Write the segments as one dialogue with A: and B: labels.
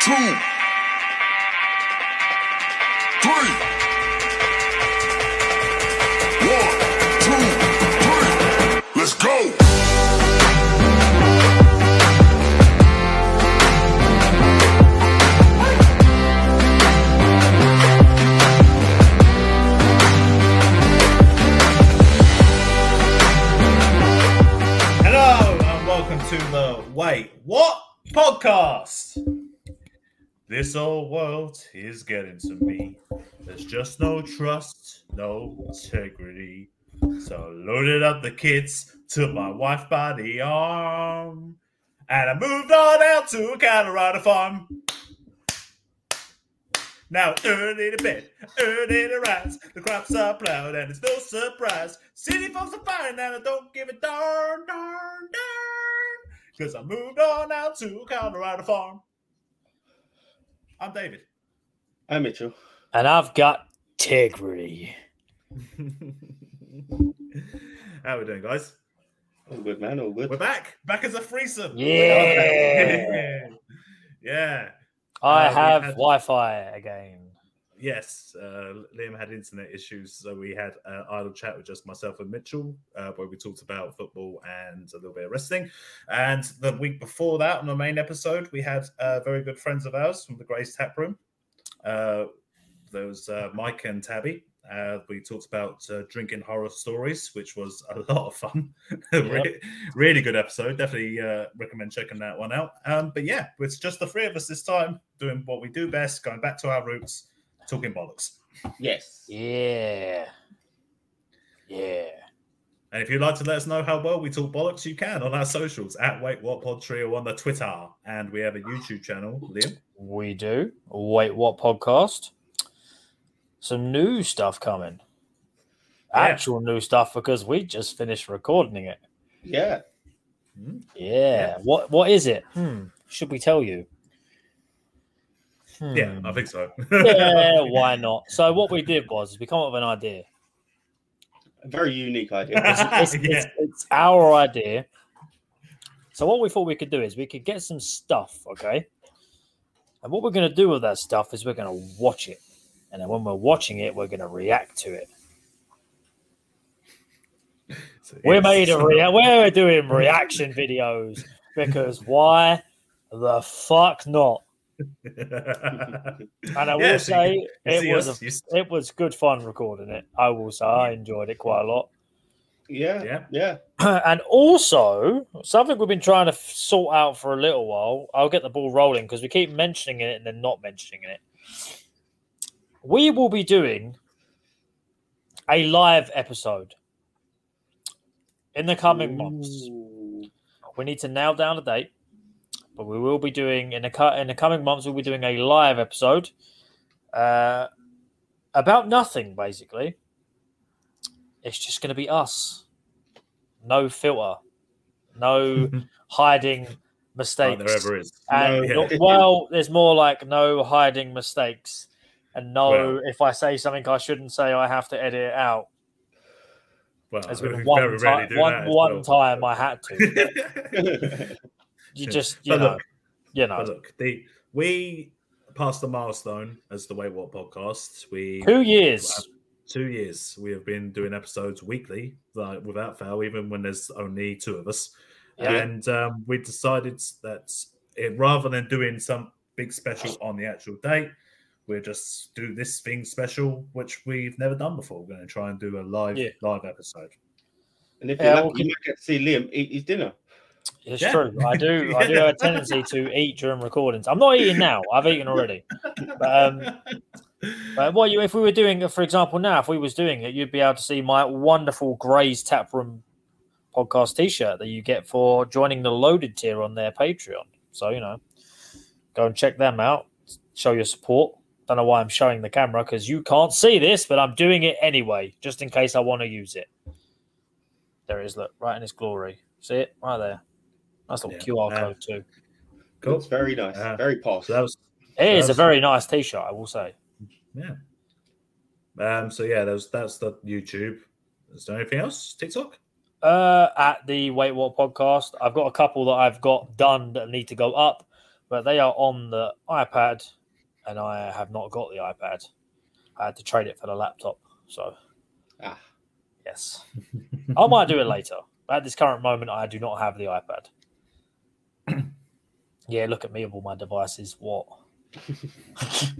A: two, three, one, two, three. Let's go.
B: Hello and welcome to the Wait What podcast. This old world is getting to me. There's just no trust, no integrity. So I loaded up the kids, took my wife by the arm, and I moved on out to Colorado farm. Now it's early to bed, early to rise. The crops are plowed, and it's no surprise. City folks are fine, and I don't give a darn, darn, darn. Because I moved on out to Colorado Farm. I'm David.
C: Hi, Mitchell.
D: And I've got Tigri.
B: How we doing, guys?
C: All good, man. All good.
B: We're back. Back as a threesome.
D: Yeah.
B: yeah.
D: I
B: Uh, we
D: have
B: had-
D: Wi Fi again.
B: Yes, uh, Liam had internet issues, so we had an idle chat with just myself and Mitchell, uh, where we talked about football and a little bit of wrestling. And the week before that, on the main episode, we had uh, very good friends of ours from the Grace Tap Room. Uh, there was uh, Mike and Tabby. Uh, we talked about uh, drinking horror stories, which was a lot of fun. Re- really good episode. Definitely uh, recommend checking that one out. Um, but yeah, it's just the three of us this time doing what we do best, going back to our roots talking bollocks.
C: Yes.
D: Yeah. Yeah.
B: And if you'd like to let us know how well we talk bollocks, you can on our socials at Wait What Pod Trio on the Twitter, and we have a YouTube channel. Liam,
D: We do. Wait, what podcast? Some new stuff coming.
B: Yeah.
D: Actual new stuff because we just finished recording it.
C: Yeah.
D: Yeah. What What is it? Hmm. Should we tell you?
B: yeah,
D: Hmm.
B: I think so.
D: yeah, why not? So what we did was we come up with an idea.
C: A very unique idea.
D: it's, it's, it's, it's our idea. So what we thought we could do is we could get some stuff, okay? And what we're going to do with that stuff is we're going to watch it, and then when we're watching it, we're going to react to it.
B: So,
D: We're
B: yes.
D: made of rea- We're doing reaction videos because why the fuck not? And I will
B: Yeah, so you
D: say
B: can- you see
D: it was
B: us, you s-
D: a, it was good fun recording it. I will say I enjoyed it quite a lot.
C: yeah. Yeah.
B: Yeah.
C: Yeah.
D: and also something we've been trying to f- sort out for a little while. I'll get the ball rolling because we keep mentioning it and then not mentioning it. We will be doing a live episode in the coming months.
C: Ooh.
D: We need to nail down a date, but we will be doing in the cu- in the coming months. We'll be doing a live episode uh, about nothing. Basically, it's just going to be us, no filter, no hiding
B: Oh,
D: mistakes.
B: there ever is.
D: and
B: No.
D: no- well, there's more like no hiding mistakes, and no,
B: Well.
D: if I say something I shouldn't say, I have to edit it out.
B: Well,
D: As
B: Oh, we
D: with one,
B: very rarely
D: ti-
B: do that
D: one,
B: as
D: one
B: well.
D: time I had to.
C: yeah.
D: You
B: Yeah.
D: just, you
B: But
D: know,
B: look,
D: you know.
B: but look, the we passed the milestone as the Wait What podcast. We
D: Two years.
B: two years we have been doing episodes weekly like without fail even when there's only two of us
D: Yeah.
B: and um, we decided that it, rather than doing some big special on the actual date we'll just do this thing special which we've never done before we're going to try and do a live
D: Yeah.
B: live episode
C: And if
D: Yeah,
C: you're
D: well,
C: lucky, you might get to see Liam eat his dinner.
D: It's
B: Yeah.
D: true. I do. I do have a tendency to eat during recordings. I'm not eating now. I've eaten already. But, um, But what you, if we were doing, for example, now if we was doing it, you'd be able to see my wonderful Gray's Taproom podcast T-shirt that you get for joining the Loaded tier on their Patreon. So you know, go and check them out. Show your support. Don't know why I'm showing the camera because you can't see this, but I'm doing it anyway, just in case I want to use it. There it is, look, right in its glory. See it right there. Nice little
B: Yeah.
D: QR
B: Uh,
D: code too.
B: cool
C: It's very nice.
B: Yeah.
C: very posh.
B: so that was
D: It is a
B: that's-
D: very nice T-shirt, I will say.
B: um so yeah that was that's the youtube is there anything else tiktok
D: Uh, at the Wait What podcast. I've got a couple that I've got done that need to go up, but they are on the iPad, and I have not got the iPad. I had to trade it for the laptop. So,
C: Ah.
D: yes, I might do it later. At this current moment, I do not have the iPad. yeah, look at me with all my devices. What?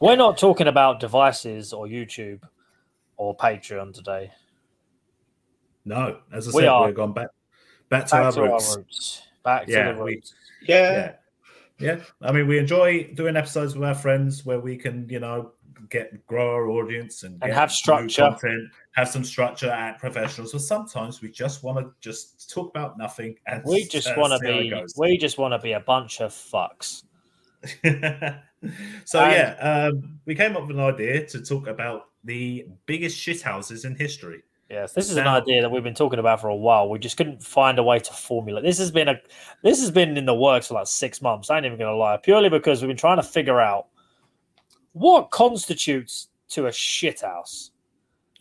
D: We're not talking about devices or YouTube or Patreon today.
B: No, as I
D: We
B: said,
D: are-
B: we're gone back back to,
D: Back
B: our,
D: to
B: roots.
D: our roots. Back
B: Yeah,
D: to the
B: we-
D: roots.
C: Yeah.
B: Yeah. Yeah. I mean, we enjoy doing episodes with our friends where we can, you know, get grow our audience and,
D: And
B: get
D: have
B: new
D: structure.
B: content, have some structure at professionals. But sometimes we just want to just talk about nothing and
D: We just
B: uh,
D: want to
B: see how it
D: be.
B: goes.
D: We just want to be a bunch of fucks.
B: so
D: And-
B: yeah, um, we came up with an idea to talk about the biggest shithouses in history.
D: Yes, this is an
B: Now-
D: idea that we've been talking about for a while. We just couldn't find a way to formulate. This has been a. This has been in the works for like six months. I ain't even gonna lie. Purely because we've been trying to figure out what constitutes to a shit house.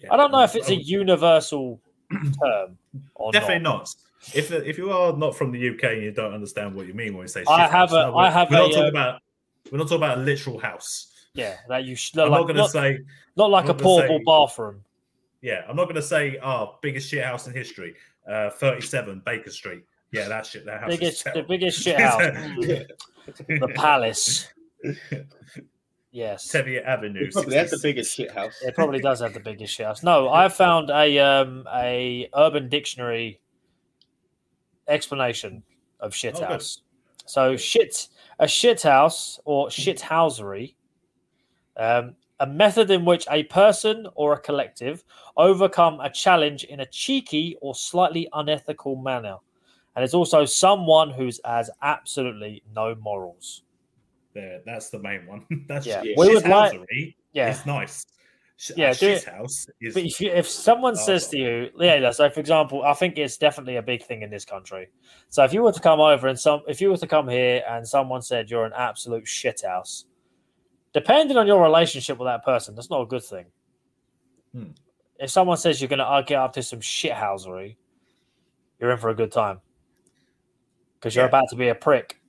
D: I don't know if
B: Oh,
D: it's a universal term or
B: definitely
D: not.
B: not. If if you are not from the UK and you don't understand what you mean when you say,
D: I
B: shithouse,
D: have a-
B: no, we're-
D: I have
B: We're not
D: a,
B: talking
D: uh,
B: about. We're not talking about a literal house.
D: Yeah, that you sh-
B: I'm
D: like,
B: not going to
D: not,
B: say.
D: not like
B: not
D: a
B: gonna say-
D: portable bathroom.
B: Yeah, I'm not going to say. Oh, biggest shit house in history. Uh, 37 Baker Street. Yeah, that shit. That house is
D: Biggest, the
B: terrible.
D: biggest shit house. Mm, the palace. Yes.
B: Sevier Avenue.
C: Probably that's the
B: 66.
C: biggest shit house.
D: It probably does have the biggest shouts. No, I found a um a Urban Dictionary explanation of shit
B: Oh, good.
D: house. So shit a shit house or shithousery, um, a method in which a person or a collective overcome a challenge in a cheeky or slightly unethical manner. And it's also someone who's has absolutely no morals.
B: There, that's the main one. That's
D: Yeah.
B: shit.
D: We would like-
B: Shithousery
D: Yeah.
B: is nice. Sh-
D: Yeah,
B: yeah,
D: do it.
B: shit house is.
D: But if, you, if someone
B: Oh,
D: says to you, yeah, so for example, I think it's definitely a big thing in this country. So if you were to come over and some, if you were to come here and someone said you're an absolute shithouse, depending on your relationship with that person, that's not a good thing.
B: Hmm.
D: If someone says you're going to get up to some shithousery, you're in for a good time because you're
B: Yeah.
D: about to be a prick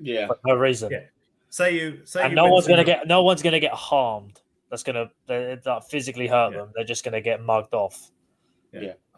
C: Yeah.
D: for no reason,
B: Yeah. say you say
D: and
B: you
D: no
B: went
D: one's
B: to
D: going to
B: the-
D: get no one's going to get harmed. That's going to that that physically hurt
B: Yeah.
D: them. They're just going to get mugged off.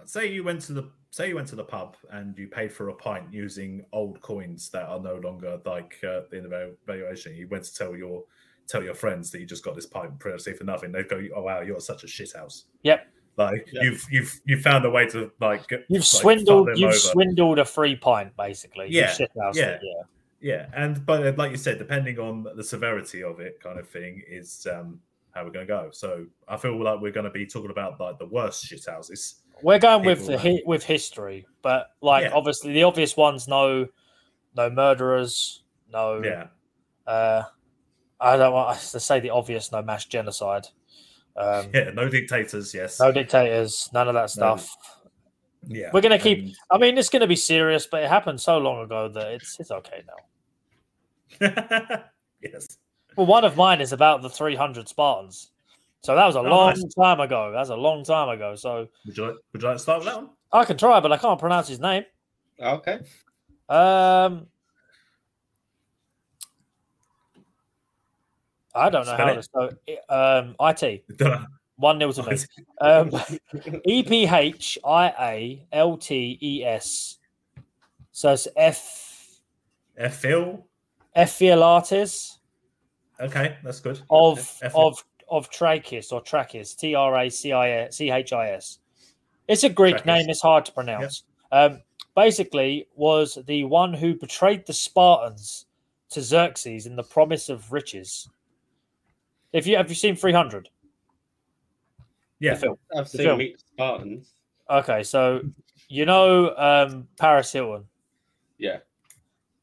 B: say you went to the say you went to the pub and you paid for a pint using old coins that are no longer like uh, in the val- valuation. You went to tell your tell your friends that you just got this pint previously for nothing. They go, "Oh wow, you're such a shit house."
D: Yep.
B: Like
C: Yeah.
B: you've you've you found a way to like get-
D: You've
B: like, fuck
D: swindled.
B: them
D: You've
B: over.
D: swindled a free pint, basically. You've
B: Yeah,
D: shithoused
B: yeah.
D: it, yeah.
B: yeah, and but uh, like you said, depending on the severity of it, kind of thing is um how we're gonna go. So I feel like we're gonna be talking about like the worst shit houses.
D: We're going with
B: People
D: the
B: that-
D: hi- with history, but like
B: Yeah.
D: obviously the obvious ones: no, no murderers, no.
B: Yeah,
D: Uh, I don't want to say the obvious: no mass genocide, um,
B: yeah, no dictators. Yes,
D: no dictators, none of that
B: No.
D: stuff.
B: yeah,
D: We're gonna keep-
B: And-
D: I mean, it's going to be serious, but it happened so long ago that it's it's okay now.
B: yes.
D: Well, one of mine is about the 300 Spartans, so that was a long
B: Oh, nice.
D: time ago. That was a long time ago. So
B: Would you like would you like to start with that one?
D: I can try, but I can't pronounce his name.
C: Okay.
D: Um, I don't know
B: Spell
D: how to spell it. Um, it one nil to me. Um, E P H I A L T E S. So it's F
B: Uh, Phil.
D: Ephialtes
B: Okay, that's good.
D: of
B: F-
D: of of Trachis or Trachis T R A C I C H I S. It's a Greek
B: Trachis.
D: name. It's hard to pronounce. Um, basically, was the one who betrayed the Spartans to Xerxes in the promise of riches. If you have you seen three hundred?
B: yeah.
C: I've
D: The
C: seen
D: film.
C: Meet the Spartans.
D: Okay, so you know um, Paris Hilton.
C: Yeah.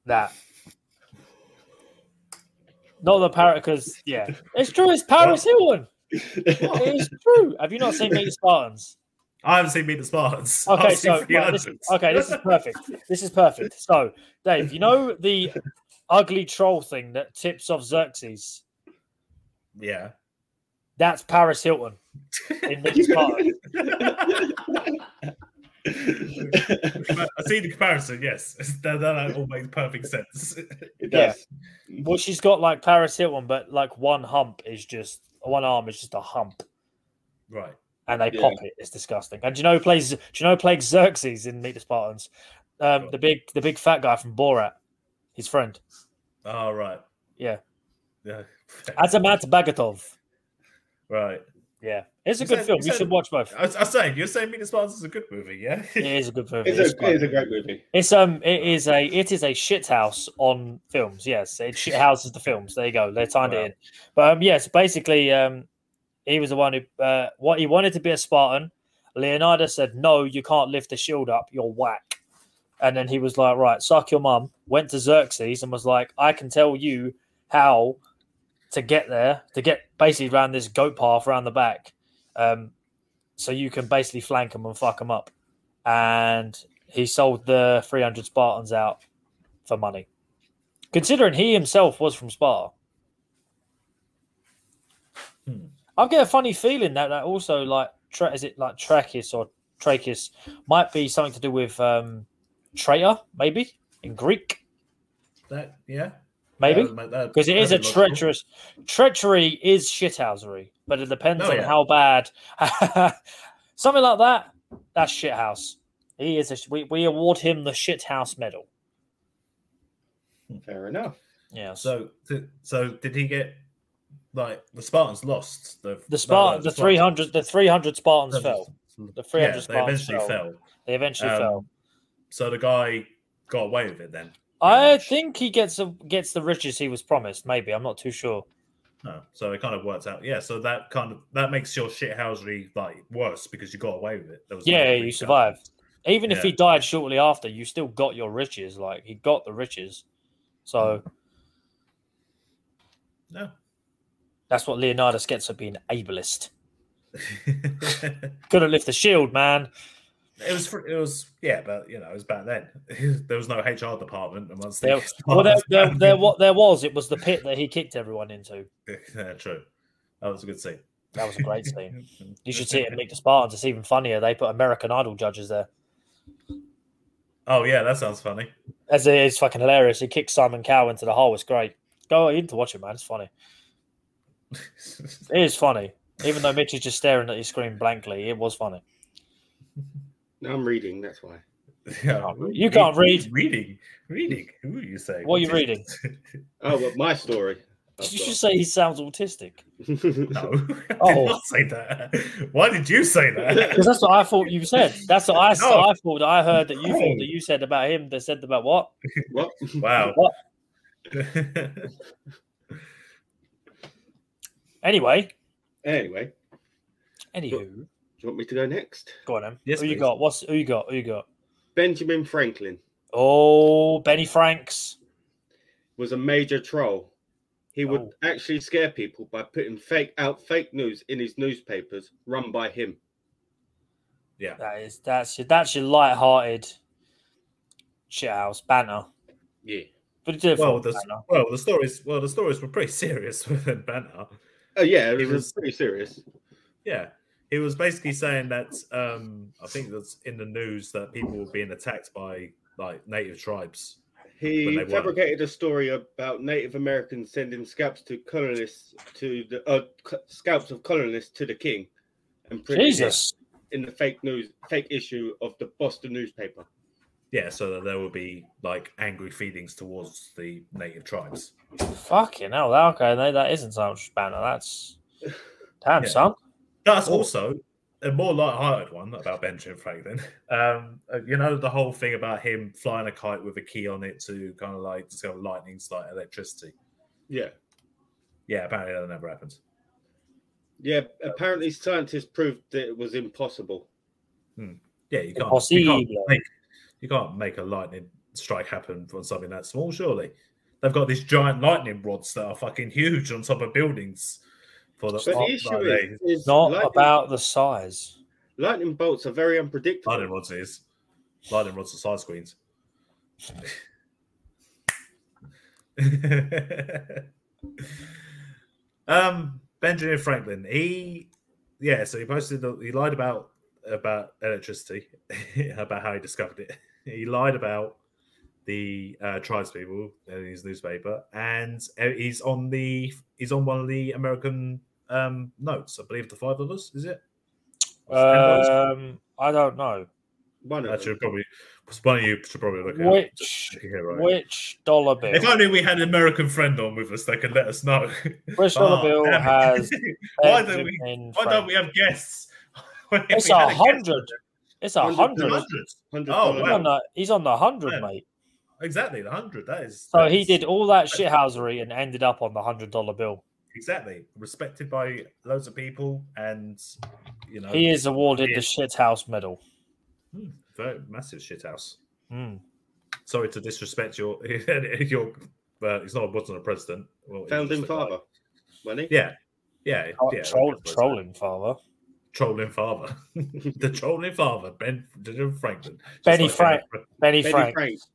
D: That. Not the Paris, because yeah, it's true. It's Paris Hilton. It is true. Have you not seen Meet the Spartans?
B: I haven't seen Meet the Spartans.
D: Okay,
B: I've seen
D: so right, this,
B: 300.
D: okay, this is perfect. This is perfect. So, Dave, you know the ugly troll thing that tips off Xerxes?
B: yeah.
D: That's Paris Hilton in Meet the Spartans.
B: I see the comparison. Yes, that, that all makes perfect sense.
C: it
D: Yeah.
C: does.
D: Well, she's got like Paris Hilton, but like one hump is just one arm is just a hump,
B: right.
D: and they
C: Yeah.
D: pop it. It's disgusting. And do you know who plays? Do you know who plays Xerxes in Meet the Spartans? Um, the big, the big fat guy from Borat, his friend
B: All right.
D: Yeah.
B: Yeah.
D: Azamat Bagatov.
B: right.
D: Yeah, it's a
B: You
D: good
B: said-
D: film.
B: you
D: You
B: said-
D: should watch both.
B: I, was- I was saying, you're saying Meet the Spartans is a good movie, yeah?
D: It is a good film.
C: It's,
D: It's,
C: a, it is a great movie.
D: it's, um, it is a it is a shit house on films. Yes, it shit houses the films. There you go. They timed
B: Wow.
D: it in. But um, yes, basically, um, he was the one who uh, what he wanted to be a Spartan. Leonidas said, "No, you can't lift the shield up. You're whack." And then he was like, "Right, suck your mum." Went to Xerxes and was like, "I can tell you how to get there to get basically around this goat path around the back, um, so you can basically flank them and fuck them up." And he sold the 300 Spartans out for money, considering he himself was from Sparta.
B: Hmm.
D: I get a funny feeling that that also like tra- is it like Trachis or Trachis might be something to do with um, traitor, maybe in Greek,
B: That, yeah.
D: maybe because
B: Because
D: it is a treacherous treachery is shithousery, but it depends
B: Oh,
D: on
B: yeah.
D: how bad something like that. That's shithouse. He is a sh- we, we award him the shithouse medal.
C: Fair enough.
D: Yeah.
B: So, th- so did he get like the Spartans lost the
D: the Spartan, the three hundred, the three hundred Spartans fell. The three
B: Yeah,
D: hundred
B: they
D: Spartans
B: eventually
D: fell.
B: fell.
D: They eventually
B: Um,
D: fell.
B: So the guy got away with it then.
D: I
B: much.
D: think he gets a, gets the riches he was promised. Maybe I'm not too sure.
B: Oh, so it kind of worked out. Yeah. So that kind of that makes your shithousery like worse because you got away with it. There was no
D: Yeah, you
B: repercussions.
D: survived. Even if
B: Yeah.
D: he died shortly after, you still got your riches. Like he got the riches, so
B: Hmm. No.
D: that's what Leonidas gets for being ableist. Couldn't lift the shield, man.
B: It was, fr- it was, yeah, but you know, it was back then. There was no HR department amongst the
D: There, well, there, there, there, what there was, it was the pit that he kicked everyone into.
B: yeah, true. That was a good scene.
D: That was a great scene. You should see it in Meet the Spartans. It's even funnier. They put American Idol judges there.
B: Oh yeah, that sounds funny.
D: As it is fucking hilarious. He kicked Simon Cowell into the hole. It's great. Go, you need to watch it, man. It's funny. It is funny. Even though Mitch is just staring at his screen blankly, it was funny.
C: No, I'm reading. That's why.
B: Yeah.
D: You can't read.
B: Reading, reading. Who are you saying?
D: What are you reading?
C: Oh, but my story. I've
D: You
C: got.
D: should say he sounds autistic.
B: No, I did
D: Oh.
B: not say that. Why did you say that?
D: Because that's what I thought you said. That's what I, s-
B: No.
D: I thought I heard that you
B: No.
D: thought that you said about him that said about what?
C: what?
B: Wow.
D: What? Anyway,
C: Anyway,
D: anywho,
C: do you want me to go next?
D: go on then.
B: Yes,
D: who you
B: please.
D: got? What's who you got? Who you got?
C: Benjamin Franklin
D: Oh, Benny Franks.
C: was a major troll. He would
D: Oh.
C: actually scare people by putting fake out fake news in his newspapers run by him.
B: yeah.
D: That is that's your that's your light-hearted shithouse banner.
C: Yeah.
D: But he did it for
B: Well,
D: a
B: the
D: banner.
B: well the stories well the stories were pretty serious within Banner.
C: Oh yeah,
B: He
C: it was,
B: was-
C: pretty serious.
B: Yeah. He was basically saying that um I think that's in the news that people were being attacked by like native tribes. When
C: He
B: they won.
C: fabricated a story about Native Americans sending scalps to colonists to the uh, c- scalps of colonists to the king, and printed it
D: Jesus.
C: in the fake news fake issue of the Boston newspaper.
B: Yeah, so that there would be like angry feelings towards the native tribes.
D: Fucking hell. that- Okay, no, that isn't so much banner. That's damn
B: Yeah.
D: son.
B: That's
D: Oh.
B: also a more light-hearted one about Benjamin Franklin. Um, uh, you know the whole thing about him flying a kite with a key on it to kind of like discover lightning's like electricity.
C: Yeah.
B: Yeah, apparently that never happened.
C: Yeah, apparently scientists proved that it was impossible.
B: Yeah, you can't, you can't
D: Impossible.
B: make you can't make a lightning strike happen on something that small. Surely they've got these giant lightning rods that are fucking huge on top of buildings. For the,
C: But the
B: like,
C: issue
B: they-
C: is, is
D: Not
C: lightning,
D: about the size.
C: lightning bolts are very unpredictable.
B: lightning rods is lightning rods are side screens. um, Benjamin Franklin. He, yeah. So he posted. that He lied about about electricity, about how he discovered it. He lied about the uh, tribespeople in his newspaper, and uh, he's on the he's on one of the American um, notes. I believe the five of us is it.
D: Um, I don't know
C: One of
B: That
C: them.
B: should probably one of you should probably look at
D: which which dollar bill.
B: If only we had an American friend on with us, they could let us know. Oh,
D: Which dollar bill
B: damn it.
D: has
B: why don't we?
D: Benjamin
B: Why don't we
D: Franklin.
B: have guests? If
D: It's
B: we
D: a
B: had guest-
D: hundred. It's a
B: The
D: hundred.
C: dollars.
B: hundred.
C: $100.
B: Oh,
D: He's on the, he's on the hundred,
B: Yeah.
D: mate.
B: Exactly, the hundred. That is.
D: So
B: that
D: he
B: is-
D: did all that shithousery and ended up on the hundred dollar bill.
B: exactly respected by loads of people, and you know,
D: He is awarded
B: He
D: the shithouse medal.
B: Hmm, very massive shithouse.
D: Mm.
B: Sorry to disrespect your your. Uh, he's not wasn't a president. Well, he was
C: Founding
B: just a guy.
C: father. Money.
B: Yeah, yeah,
D: Oh,
B: yeah. uh,
D: troll,
B: okay, so-
D: trolling father.
B: trolling father, the trolling father, Ben Benjamin Franklin, Just
D: Benny
B: like
D: Frank. Benny,
C: Benny
D: Frank.
C: Franks.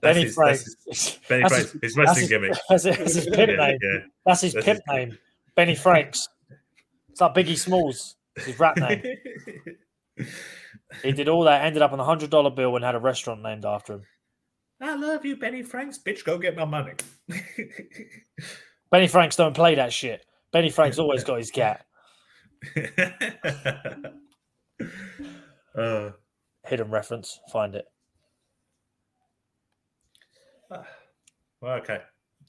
D: Benny
B: his-
D: Frank.
B: his-
D: That's
B: Benny
D: That's
B: Franks.
D: his-
B: His wrestling
D: his-
B: gimmick.
D: that's his, that's his pimp
B: Yeah,
D: name.
B: yeah.
D: That's his
B: That's
D: pimp
B: his-
D: name. Benny Franks. It's like Biggie Smalls. It's his rap name. He did all that, ended up on a hundred dollar bill and had a restaurant named after him.
B: I love you, Benny Franks. Bitch, go get my money.
D: Benny Franks don't play that shit. Benny Franks always got his cat.
B: uh,
D: Hidden reference. Find it.
B: well, okay.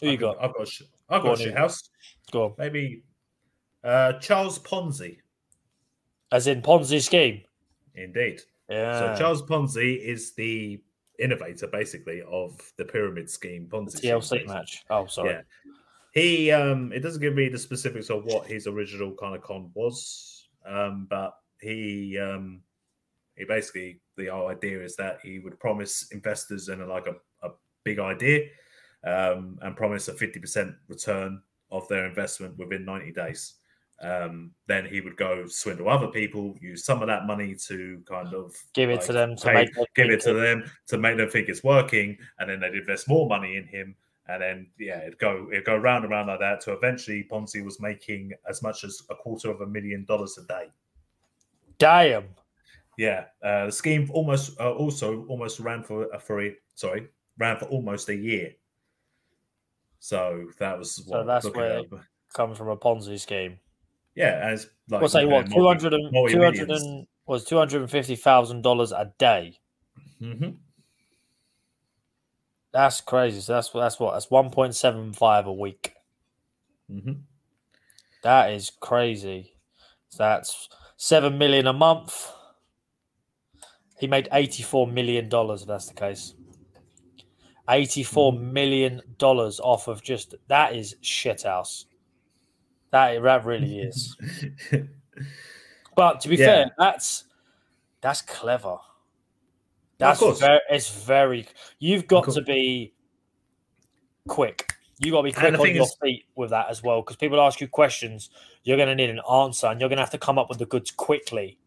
D: Who you
B: I've
D: got?
B: I've got. a sh- I've got
D: Go on,
B: a
D: who?
B: shit house.
D: Go on.
B: Maybe uh, Charles Ponzi.
D: As in Ponzi scheme.
B: Indeed.
D: Yeah.
B: So Charles Ponzi is the innovator, basically, of the pyramid scheme. Ponzi scheme,
D: TLC
B: basically.
D: match. Oh, sorry.
B: Yeah. He um it doesn't give me the specifics of what his original kind of con was. Um, but he um he basically the whole idea is that he would promise investors in like a, a big idea um and promise a 50% return of their investment within 90 days. Um, then he would go swindle other people, use some of that money to kind of
D: Give it
B: like,
D: to them to
B: pay-
D: make them
B: give it
D: think
B: to them to make them think it's working, and then they'd invest more money in him, and then yeah, it'd go it'd go round and round like that. To eventually, Ponzi was making as much as a quarter of a million dollars a day.
D: Damn.
B: Yeah, uh, the scheme almost uh, also almost ran for uh, for a, sorry ran for almost a year. So that was what I'm
D: that's
B: looking
D: where-
B: up.
D: Comes from a Ponzi scheme.
B: yeah, as like
D: What's that?
B: looking at
D: What?
B: multi-
D: 200 and,
B: multi
D: 200
B: millions.
D: and, was $250,000 a day.
B: Mhm.
D: That's crazy. So that's, that's what? That's 1.75 a week.
B: Mhm.
D: That is crazy. So that's seven million a month. He made eighty-four million dollars. If that's the case, eighty-four
B: Hmm.
D: million dollars off of just that is shit house. That that really is. but to be
B: Yeah.
D: fair, that's that's clever. That's
B: course.
D: very, it's very. You've got
B: course.
D: to be quick. You got to be
B: And
D: quick
B: the
D: on
B: thing
D: your
B: is-
D: feet with that as well, because people ask you questions. You're going to need an answer, and you're going to have to come up with the goods quickly.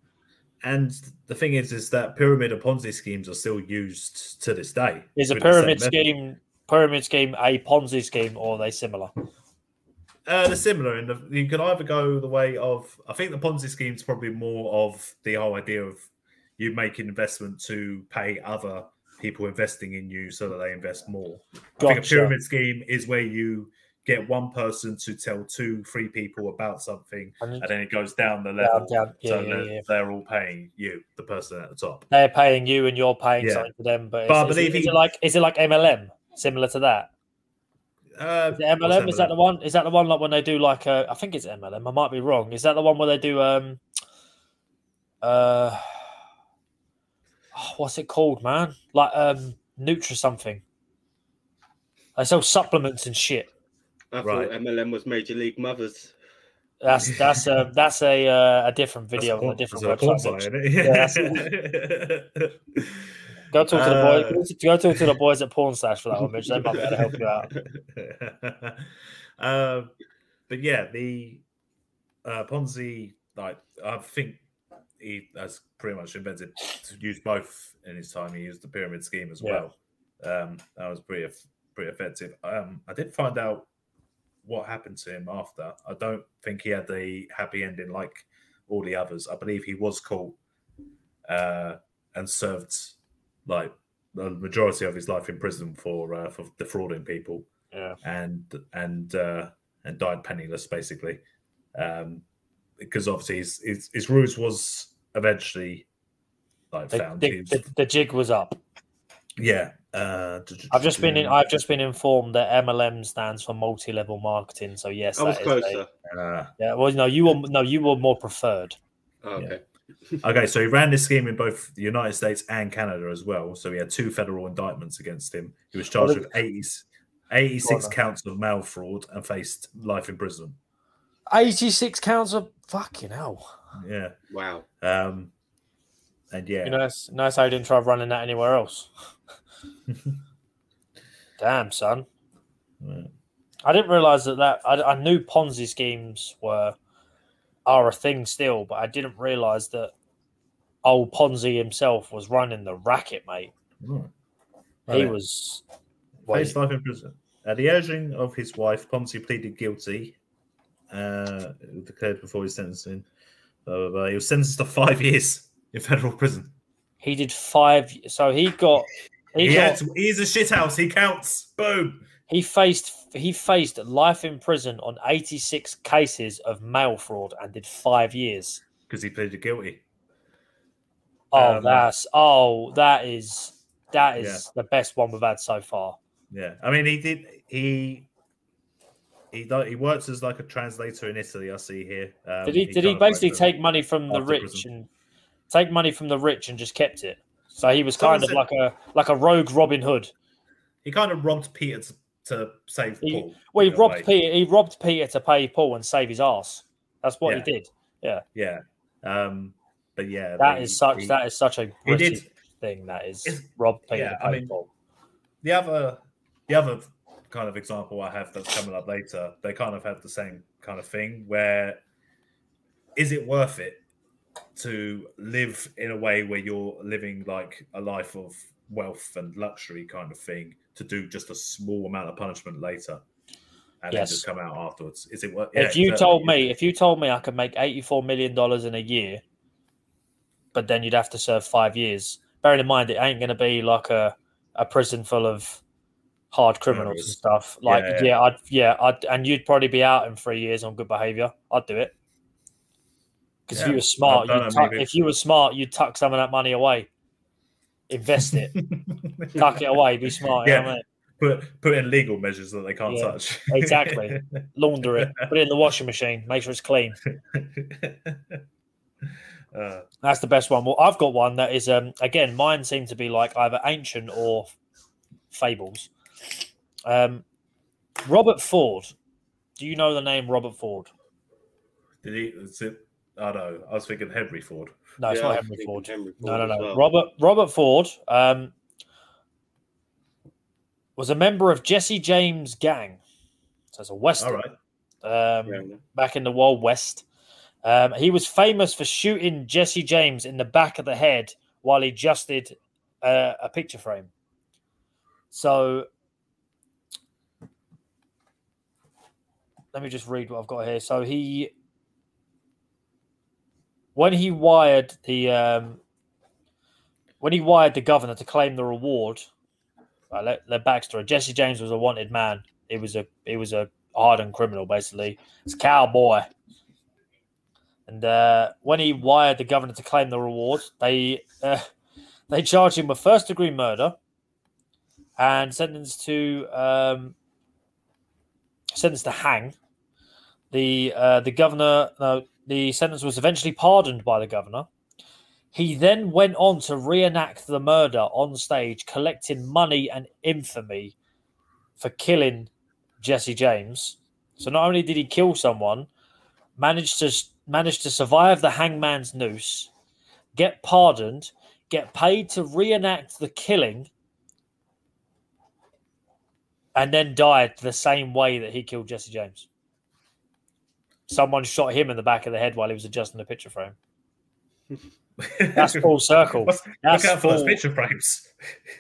B: And the thing is, is that pyramid and Ponzi schemes are still used to this day.
D: Is a
B: with the same method.
D: pyramid scheme, pyramid scheme, a Ponzi scheme, or are they similar?
B: Uh, they're similar, and you could either go the way of I think the Ponzi scheme's probably more of the whole idea of you make an investment to pay other people investing in you so that they invest more. I think a
D: Gotcha.
B: pyramid scheme is where you get one person to tell two, three people about something,
D: And
B: and then it goes down the
D: down,
B: level.
D: down. Yeah,
B: so
D: yeah,
B: that
D: yeah.
B: they're all paying you, the person at the top.
D: They're paying you, and you're paying
B: Yeah.
D: something to them. But,
B: But I
D: is, is,
B: believe
D: it- is
B: he-
D: it like is it like MLM, similar to that?
B: Uh,
D: Is it MLM? Is that the one? Is that the one like when they do like uh, I think it's MLM. I might be wrong. Is that the one where they do um uh oh, what's it called, man? Like um Nutra something. They sell supplements and shit.
C: I
B: Right.
C: thought MLM was Major League Mothers.
D: That's that's a that's a uh, a different video on a
B: That's
D: different
B: a porn-
D: website.
B: that's a porn
D: which-
B: site, isn't it?
D: Go talk to the
B: Uh,
D: boys. Go talk to the boys at Porn Stash for that one, Mitch. They might be able to help you out.
B: um, but yeah, the uh, Ponzi, like I think he has pretty much invented to use both in his time. He used the pyramid scheme as
D: Yeah.
B: well. Um, that was pretty eff- pretty effective. Um, I did find out what happened to him after. I don't think he had the happy ending like all the others. I believe he was caught uh, and served like the majority of his life in prison for uh, for defrauding people
D: Yeah.
B: and and uh, and died penniless basically um, because obviously his, his his ruse was eventually like
D: The,
B: found
D: the,
B: He-
D: the, the jig was up.
B: yeah uh, d- d-
D: I've just been in,
B: d-
D: I've just been informed that MLM stands for multi-level marketing. So yes,
C: I was
D: that is a-
C: closer.
B: uh,
D: yeah. Well, no, you were no, you were more preferred.
C: Oh, okay.
B: Okay, so he ran this scheme in both the United States and Canada as well. So he had two federal indictments against him. He was charged with 80, 86
D: Go on then.
B: counts of mail fraud and faced life in prison.
D: Eighty-six counts of fucking hell.
B: Yeah.
C: Wow.
B: Um, and yeah,
D: You know, it's nice how you didn't try running that anywhere else. Damn, son.
B: Yeah.
D: I didn't realize that that I, I knew Ponzi schemes were are a thing still, but I didn't realize that old Ponzi himself was running the racket, mate.
B: Mm.
D: He
B: Right.
D: was.
B: Faced
D: Wait,
B: life in prison. At the urging of his wife, Ponzi pleaded guilty, uh, declared before his sentencing. Blah, blah, blah. He was sentenced to five years in federal prison.
D: he did five. So he got. He,
B: He,
D: got,
B: had to- he's a shithouse. He counts. Boom.
D: he faced he faced life in prison on eighty six cases of mail fraud and did five years.
B: Because he pleaded guilty.
D: Oh,
B: Um,
D: that's oh, that is that is
B: Yeah.
D: the best one we've had so far.
B: Yeah, I mean, he did. He he do- he works as like a translator in Italy. I see here. Um,
D: Did he, did he
B: kind of worked
D: basically
B: with-
D: take money from the
B: after
D: rich
B: prison.
D: and take money from the rich and just kept it? So he was
B: Someone
D: kind of
B: said-
D: like a like a rogue Robin Hood.
B: He kind of robbed Peter to, to save
D: He-
B: Paul.
D: Well, he
B: in a
D: robbed
B: way.
D: Peter. He robbed Peter to pay Paul and save his ass. That's what
B: Yeah.
D: he did.
B: Yeah. Um. But yeah,
D: That
B: the-
D: is such.
B: the-
D: that is such a
B: he
D: British
B: did-
D: thing. That is
B: it's-
D: rob Peter
B: yeah,
D: to pay
B: I mean,
D: Paul.
B: the other the other kind of example I have that's coming up later, they kind of have the same kind of thing where is it worth it to live in a way where you're living like a life of wealth and luxury kind of thing to do just a small amount of punishment later and
D: Yes.
B: then just come out afterwards? Is it worth
D: if you told me, if you told me I could make eighty-four million dollars in a year, but then you'd have to serve five years. Bearing in mind, it ain't going to be like a, a prison full of hard criminals and
B: Murderers.
D: stuff. Like,
B: Yeah,
D: yeah,
B: yeah.
D: I'd, yeah, I'd, and you'd probably be out in three years on good behavior. I'd do it because if
B: Yeah,
D: you were smart,
B: dunno,
D: you'd tuck,
B: maybe.
D: if you were smart, you'd tuck some of that money away, invest it, tuck it away, be smart. you know what I mean?
B: put put in legal measures that they can't
D: Yeah,
B: touch.
D: exactly. launder it, put it in the washing machine, make sure it's clean.
B: uh,
D: That's the best one. Well, I've got one that is um again, mine seem to be like either ancient or fables. Um Robert Ford. Do you know the name Robert Ford?
B: Did he? Is it, I know. I was thinking Henry Ford.
D: No, it's
C: Yeah, I was
D: not Henry
C: thinking
D: Ford.
C: Henry
D: No, no,
C: Ford as
D: no.
C: well.
D: Robert Robert Ford um was a member of Jesse James' gang. So it's a
B: All
D: western
B: right.
D: um
C: Fair enough.
D: back in the Wild West. Um, he was famous for shooting Jesse James in the back of the head while he adjusted uh, a picture frame. So let me just read what I've got here. So he, when he wired the, um, when he wired the governor to claim the reward, right, let, let backstory. Jesse James was a wanted man. He was a he was a hardened criminal, basically. It's cowboy. And uh, when he wired the governor to claim the reward, they uh, they charged him with first degree murder and sentenced to um, sentenced to hang. The uh, the governor no, the sentence was eventually pardoned by the governor. He then went on to reenact the murder on stage, collecting money and infamy for killing Jesse James. So not only did he kill someone, managed to managed to survive the hangman's noose, get pardoned, get paid to reenact the killing, and then died the same way that he killed Jesse James. Someone shot him in the back of the head while he was adjusting the picture frame. That's full circle.
B: What's-
D: That's
B: Look out for those
D: full-
B: picture frames.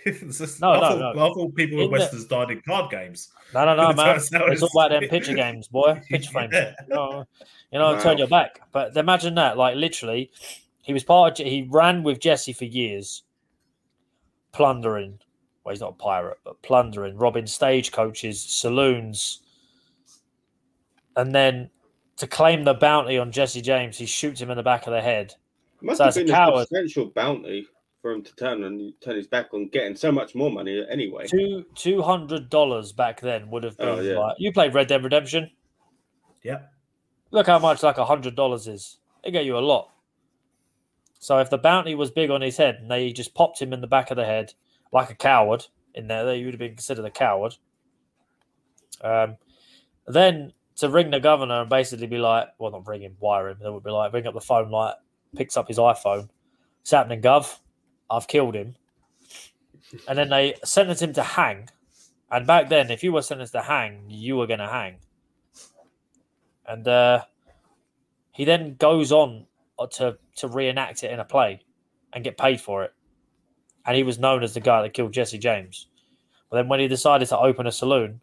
B: It's just-
D: No,
B: I
D: no,
B: thought,
D: no.
B: I thought people in
D: In the-
B: Westerns died in card games.
D: No, no, no,
B: That's
D: man.
B: how it sounds.
D: It's all about them picture games, boy. Picture frames.
B: Yeah.
D: No, you know, turn
C: Wow.
D: your back. But imagine that, like literally, He was part of. He ran with Jesse for years, plundering. Well, he's not a pirate, but plundering, robbing stagecoaches, saloons, and then to claim the bounty on Jesse James, he shoots him in the back of the head.
C: Must
D: So
C: have
D: that's a
C: been a
D: coward.
C: substantial bounty for him to turn and turn his back on getting so much more money anyway.
D: Two two hundred dollars back then would have been.
C: Oh, yeah.
D: like, you played Red Dead Redemption.
B: Yep.
D: Look how much like a hundred dollars is. It get you a lot. So if the bounty was big on his head and they just popped him in the back of the head like a coward in there, they would have been considered a coward. Um, then to ring the governor and basically be like, well, not ring him, wire him. They would be like, ring up the phone, like picks up his iPhone. It's happening, Gov. I've killed him. And then they sentenced him to hang. And back then, if you were sentenced to hang, you were going to hang. And uh, he then goes on uh, to to reenact it in a play and get paid for it. And he was known as the guy that killed Jesse James. But then when he decided to open a saloon,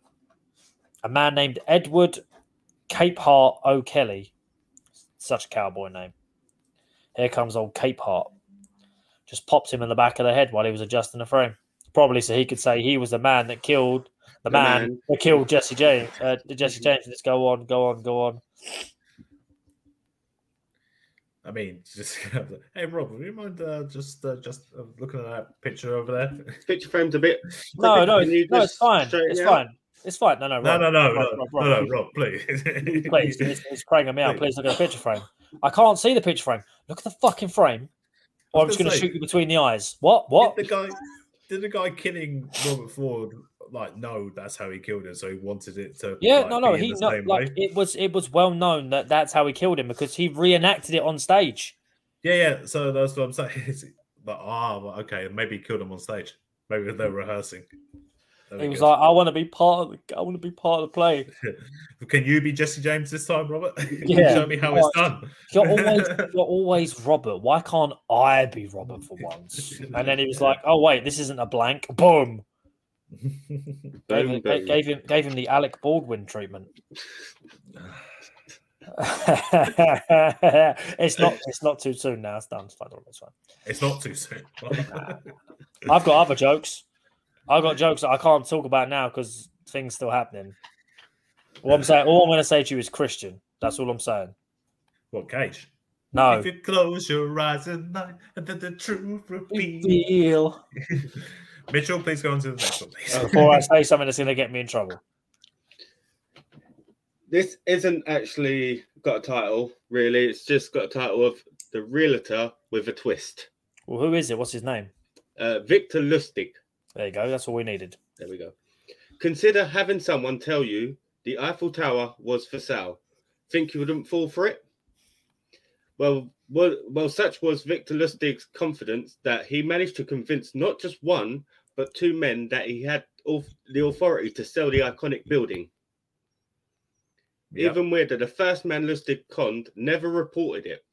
D: a man named Edward Capehart O'Kelly, such a cowboy name. Here comes old Capehart. Just popped him in the back of the head while he was adjusting the frame. Probably so he could say he was the man that killed the,
C: The
D: man,
C: man.
D: that killed Jesse James. Uh, Jesse James. Let's go on, go on, go on.
B: I mean, just hey Rob, would you mind uh, just uh, just uh, looking at that picture over there?
C: Picture frames a bit.
D: No, no,
C: Can you
D: no,
C: just
D: it's fine.
C: straighten
D: It's
C: it out?
D: fine. It's fine. No, no,
B: No,
D: Rob,
B: no, no,
D: Rob,
B: no,
D: Rob,
B: no,
D: Rob,
B: no, Rob, please.
D: please, it's, it's crying me out. Please look at the picture frame. I can't see the picture frame. Look at the fucking frame, or I'm just going
B: gonna
D: to
B: say-
D: shoot you between the eyes. What? What?
B: Did the guy did the guy killing Robert Ford like no, that's how he killed him, so he wanted it to
D: Yeah,
B: like,
D: no, no.
B: be in
D: He
B: the
D: no,
B: same
D: like
B: way?
D: it was. It was well known that that's how he killed him because he reenacted it on stage.
B: Yeah, yeah. So that's what I'm saying. It's- But ah, well, okay, maybe he killed him on stage. Maybe they're rehearsing. There we
D: He was
B: go.
D: like, "I want to be part of. The, I want to be part of the play."
B: Can you be Jesse James this time, Robert? Can you
D: Yeah.
B: Show me how it's done.
D: You're always, you're always Robert. Why can't I be Robert for once? And then he was like, "Oh wait, this isn't a blank." Boom. Gave
C: Boom,
D: him,
C: boom.
D: gave him gave him the Alec Baldwin treatment. it's not it's not too soon now. It's done. It's fine. Don't worry, It's fine.
B: it's not too soon.
D: I've got other jokes. I've got jokes that I can't talk about now because things still happening. What I'm saying, all I'm going to say to you is Christian. That's all I'm saying.
B: what cage?
D: No,
B: If you close your eyes at night, and then the truth reveals.
D: deal.
B: Mitchell, please go on to the next one, please.
D: Before I say something that's going to get me in trouble.
C: This isn't actually got a title, really. It's just got a title of The Realtor with a Twist.
D: Well, who is it? What's his name?
C: Uh, Victor Lustig.
D: There you go. That's all we needed.
C: There we go. Consider having someone tell you the Eiffel Tower was for sale. Think you wouldn't fall for it? Well, well, well such was Victor Lustig's confidence that he managed to convince not just one, but two men that he had au- the authority to sell the iconic building.
B: Yep.
C: Even weirder, the first man Lustig conned never reported it.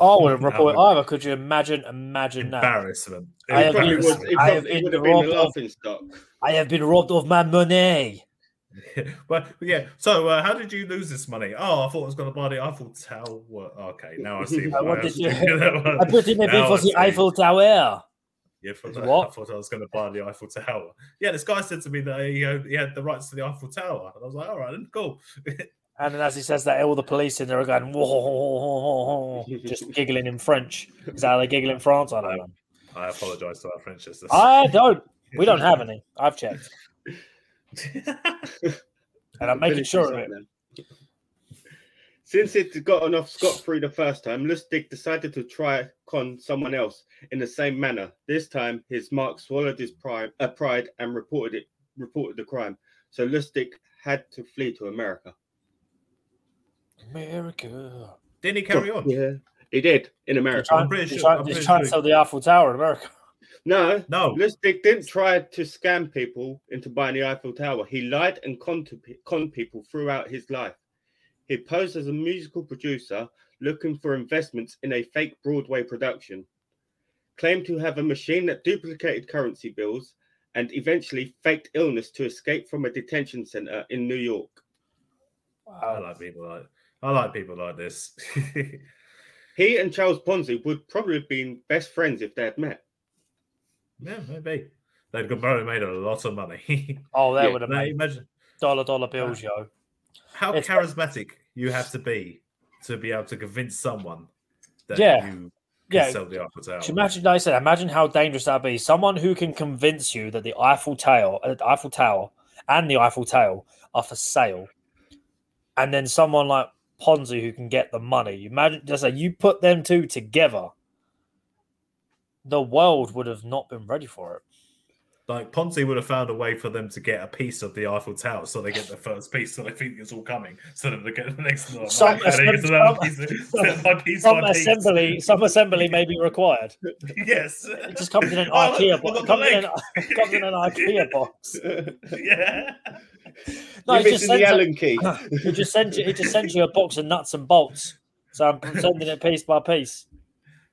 D: I wouldn't report
B: I would-
D: either. Could you imagine? Imagine that.
B: Embarrassment.
D: I
C: It
D: have
C: probably
D: been-
C: was, it
D: I have
C: probably- it
D: been
C: would have been
D: robbed
C: the
D: of-
C: laughing stock.
D: I have been robbed of my money.
B: Well, yeah. So, uh, how did you lose this money? Oh, I thought I was going to buy the Eiffel Tower. Okay, now I see. why
C: I
D: wanted
B: was
D: you-
B: thinking that one.
D: I put in a bid
B: Now
D: for
B: I
D: the
B: see.
D: Eiffel Tower.
B: Yeah, from
D: Is
B: that, I
D: what?
B: thought I was going to buy the Eiffel Tower. Yeah, this guy said to me that he, uh, he had the rights to the Eiffel Tower, and I was like, all right, then, cool.
D: And then as he says that, all the police in there are going, whoa, just giggling in French. Is that how they giggle in France? I don't know.
B: I apologise to our French listeners.
D: I don't. We don't have any. I've checked. And I'm making
C: Finish
D: sure
C: this
D: of
C: up
D: it.
C: then. Since it got off scot free the first time, Lustig decided to try con someone else in the same manner. This time, his mark swallowed his pride, uh, pride and reported it. Reported the crime, so Lustig had to flee to America.
D: America.
B: Didn't he carry on?
C: Yeah, he did in
D: They're
C: America.
D: trying,
B: pretty
D: they're
B: sure-
D: trying-
B: I'm
D: they're
B: pretty
D: trying to
B: sure.
D: sell the Eiffel Tower in America.
C: No,
B: No.
C: Lustig didn't try to scam people into buying the Eiffel Tower. He lied and conned, to, pe- conned people throughout his life. He posed as a musical producer looking for investments in a fake Broadway production, claimed to have a machine that duplicated currency bills, and eventually faked illness to escape from a detention center in New York.
B: I
D: Wow.
B: like people like I like people like this.
C: He and Charles Ponzi would probably have been best friends if they had met.
B: Yeah, maybe. They'd got probably made a lot of money.
D: Oh, they
C: Yeah,
D: would have
B: Like,
D: made
B: imagine
D: dollar dollar bills, yo.
B: how
D: It's-
B: charismatic you have to be to be able to convince someone that
D: Yeah.
B: you can
D: Yeah,
B: sell the Eiffel Tower.
D: Just Imagine, like I said, imagine how dangerous that'd be. Someone who can convince you that the Eiffel Tower, uh, the Eiffel Tower, and the Eiffel Tower are for sale, and then someone like Ponzi who can get the money. Imagine, just like you put them two together, the world would have not been ready for it.
B: Like Ponzi would have found a way for them to get a piece of the Eiffel Tower, so they get the first piece, so they think it's all coming, so then they get the next one.
D: Some-
B: and they get another piece,
D: some-
B: piece by piece
D: Some
B: by piece.
D: assembly, some assembly may be required.
B: Yes,
D: It just comes in an
B: Oh, look,
D: IKEA
B: look
D: box.
B: at the
D: Comes in an,
B: leg.
D: comes in an IKEA box.
B: yeah.
D: No,
C: You're
D: it
C: missing
D: just
C: the
D: sends a-
C: Allen key.
D: it just sends you. It just sends you a box of nuts and bolts. So I'm sending it piece by piece.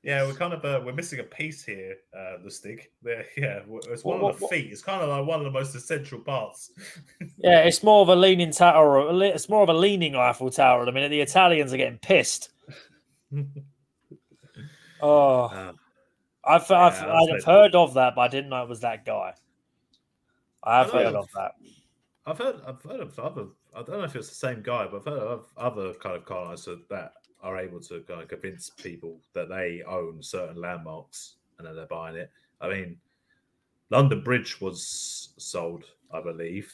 B: Yeah, we're kind of uh, we're missing a piece here, uh, Lustig. There- Yeah, w- it's
D: What-
B: one
D: what-
B: of the feet. It's kind of like one of the most essential parts.
D: Yeah, it's more of a leaning tower. Or a le- it's more of a leaning Eiffel Tower. I mean, the Italians are getting pissed. Oh,
B: Uh,
D: I've I've,
B: yeah, that's
D: I've
B: it.
D: heard of that, but I didn't know it was that guy. I've
B: I know.
D: heard of that.
B: I've heard, I've heard of other. I don't know if it's the same guy, but I've heard of other kind of car owners that- that are able to kind of convince people that they own certain landmarks and then they're buying it. I mean, London Bridge was sold, I believe,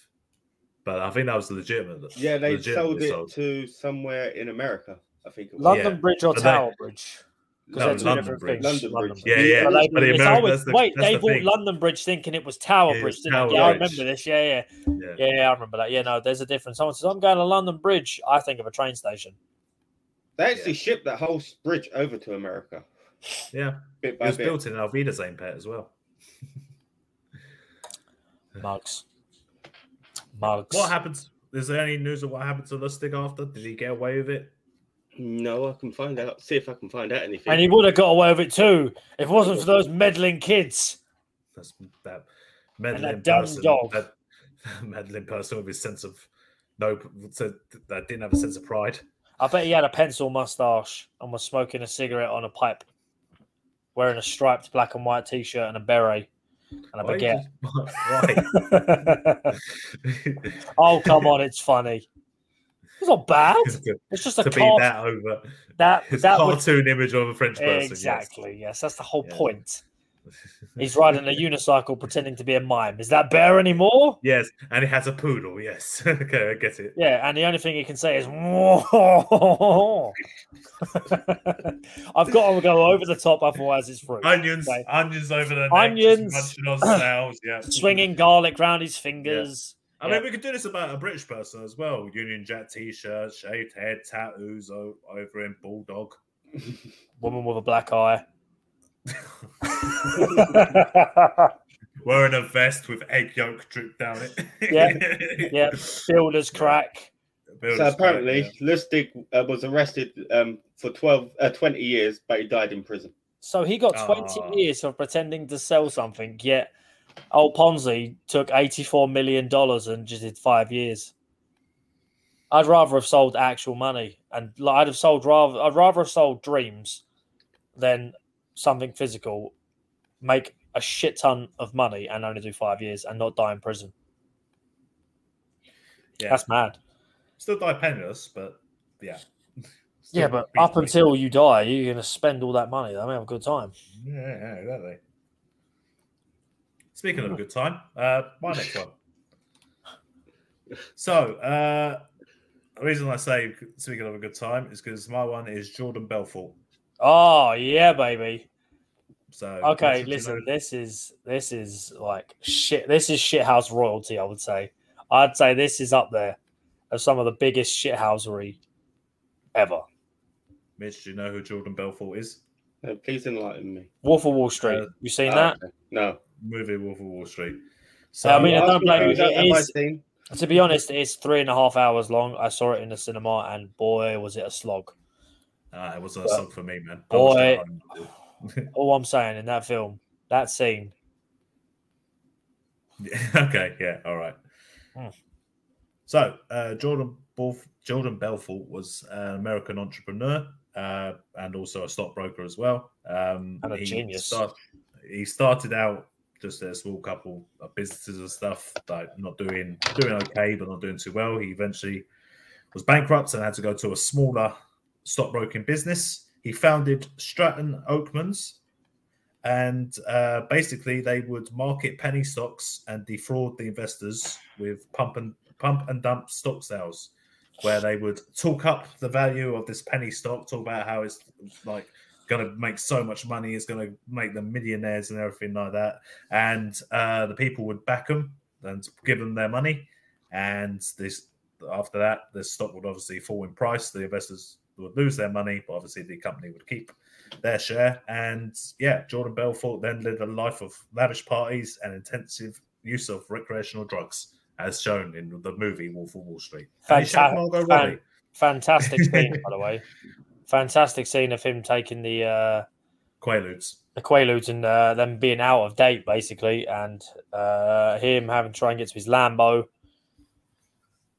B: but I think that was legitimate.
C: Yeah, they sold
B: legitimately
C: it to somewhere in America. I think it was.
D: London
B: Yeah.
D: Bridge or
B: But they-
D: Tower Bridge?
B: No,
D: Because they're two
B: London
D: different
B: Bridge.
D: things.
C: London Bridge.
B: Yeah, yeah.
D: But they-
B: But the
D: it's
B: American-
D: always-
B: that's the-
D: wait,
B: that's
D: they
B: the
D: bought
B: thing.
D: London Bridge thinking it was Tower
B: Yeah,
D: Bridge.
B: it's
D: Didn't they?
B: Tower
D: yeah, I
B: Bridge.
D: remember this. Yeah, yeah.
B: Yeah.
D: Yeah, yeah, I remember that. Yeah, no, there's a difference. Someone says, I'm going to London Bridge. I think of a train station.
C: They actually shipped that whole bridge over to America.
B: Yeah.
C: Bit
B: It
C: by
B: was
C: bit.
B: built in Alvida same pet as well.
D: Mugs. Mugs.
B: What happens? Is there any news of what happened to Lustig after? Did he get away with it?
C: No, I can find out. See if I can find out anything.
D: And he would have got away with it too if it wasn't for those meddling kids.
B: That's that meddling
D: dumb
B: person,
D: dog.
B: That, meddling person with his sense of no, so that didn't have a sense of pride.
D: I bet he had a pencil mustache and was smoking a cigarette on a pipe, wearing a striped black and white t shirt and a beret and a
B: Why?
D: baguette.
B: Why?
D: oh, come on, it's funny. It's not bad.
B: to
D: It's just a
B: to be
D: cart-
B: that over
D: that
B: his
D: that would
B: cartoon image of a French person. yes.
D: Exactly. Yes. that's the whole
B: Yeah.
D: point. He's riding a unicycle pretending to be a mime. Is that bear anymore?
B: Yes, and he has a poodle. Yes, okay, I get it.
D: Yeah, and the only thing he can say is, "Whoa." I've got to go over the top, otherwise it's fruit.
B: Onions,
D: Okay.
B: onions over the neck,
D: Onions.
B: just munching on snails. Yeah,
D: Swinging garlic round his fingers.
B: I
D: Yeah.
B: mean, we could do this about a British person as well. Union Jack T-shirt, shaved head, tattoos o- over him, bulldog.
D: Woman with a black eye.
B: Wearing a vest with egg yolk dripped down it.
D: Yeah, yeah. Builder's crack.
B: Builder's
C: so
B: coat,
C: apparently,
B: yeah.
C: Lustig uh, was arrested um, for 12, uh, 20 years, but he died in prison.
D: So he got 20
B: Ah.
D: years for pretending to sell something, yet old Ponzi took $84 million and just did five years. I'd rather have sold actual money and like, I'd have sold rather, I'd rather have sold dreams than something physical, make a shit ton of money and only do five years and not die in prison.
B: Yeah.
D: That's mad.
B: still die penniless, but yeah. Still
D: Yeah, but
B: be
D: up
B: free.
D: until you die, you're going to spend all that money. I mean, have a good time.
B: Yeah, yeah, exactly. Speaking of a good time, uh, my next one. So, uh, the reason I say speaking of a good time is because my one is Jordan Belfort.
D: Oh, yeah, baby.
B: So,
D: Okay,
B: wanted to
D: listen.
B: know-
D: This is this is like shit. This is shithouse royalty. I would say. I'd say this is up there of some of the biggest shithousery ever.
B: Mitch, do you know who Jordan Belfort is?
C: Uh, please enlighten me.
D: Wolf of Wall Street.
B: Uh,
D: you seen
C: Oh,
D: that?
C: okay. No.
B: Movie Wolf of Wall Street. So, uh,
D: Yeah, Uh, I mean, I
C: Ask
D: don't
C: me
D: blame
C: who
D: you.
C: that
D: It
C: have I
D: is-
C: seen?
D: To be honest, it's three and a half hours long. I saw it in the cinema, and boy, was it a slog.
B: uh, it wasn't a
D: But-
B: song for me, man.
D: Boy.
B: I watched it at home.
D: All I'm saying in that film, that scene.
B: Yeah, okay, yeah, all right.
D: Hmm.
B: So, uh, Jordan Belf- Jordan Belfort was an uh, American entrepreneur, uh, and also a stockbroker as well. Um,
D: And a
B: he
D: genius.
B: start- he started out just a small couple of businesses and stuff, like not doing doing okay, but not doing too well. He eventually was bankrupt and had to go to a smaller stockbroking business. He founded Stratton Oakmans, and uh, basically they would market penny stocks and defraud the investors with pump and pump and dump stock sales, where they would talk up the value of this penny stock, talk about how it's like going to make so much money, it's going to make them millionaires and everything like that, and uh, the people would back them and give them their money, and this after that the stock would obviously fall in price, the investors would lose their money, but obviously the company would keep their share. And yeah, Jordan Belfort then led a life of lavish parties and intensive use of recreational drugs, as shown in the movie Wolf of Wall Street. And he shot
D: Fantastic.
B: Margot
D: Fan-
B: Robbie.
D: Fantastic scene, by the way. Fantastic scene of him taking the uh,
B: Quaaludes.
D: the Quaaludes and uh, them being out of date, basically, and uh, him having to try and get to his Lambo.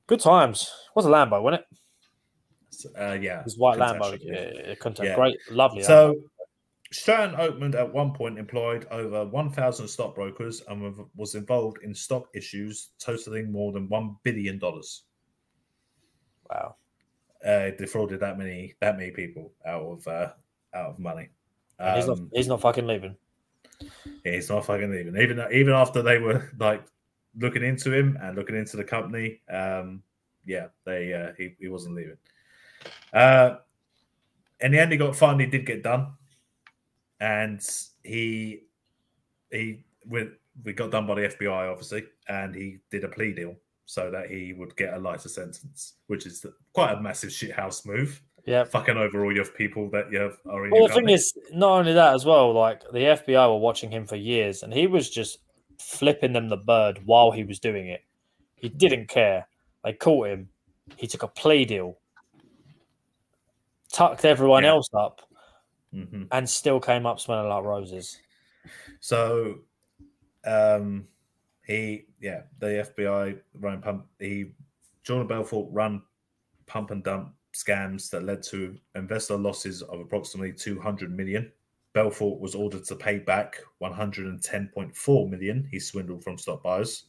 D: Good times. Was a Lambo, wasn't it?
B: Uh, yeah.
D: His white
B: Couldn't
D: Lambo.
B: actually-
D: Yeah, contact.
B: Yeah.
D: Great, lovely. Lambo.
B: So Stratton Oakmont at one point employed over 1,000 stockbrokers and wa- was involved in stock issues totaling more than $1 billion.
D: wow.
B: Uh, defrauded that many that many people out of uh, out of money.
D: And he's not.
B: Um,
D: He's not fucking leaving.
B: Yeah, he's not fucking leaving. Even even after they were like looking into him and looking into the company, um, yeah, they uh, he, he wasn't leaving. Uh, in the end, he got finally did get done, and he he with we got done by the FBI obviously, and he did a plea deal so that he would get a lighter sentence, which is quite a massive shithouse move.
D: Yeah.
B: Fucking over all your people that you have are in.
D: Well,
B: your
D: the thing
B: company.
D: is, not only that as well. Like the FBI were watching him for years, and he was just flipping them the bird while he was doing it.
B: Hmm.
D: He didn't care. They caught him. He took a plea deal, tucked everyone
B: Yeah.
D: else up,
B: Mhm.
D: and still came up smelling like roses.
B: So, um, he yeah, the FBI ran pump. He Jordan Belfort ran pump and dump scams that led to investor losses of approximately 200 million. Belfort was ordered to pay back 110.4 million he swindled from stock buyers,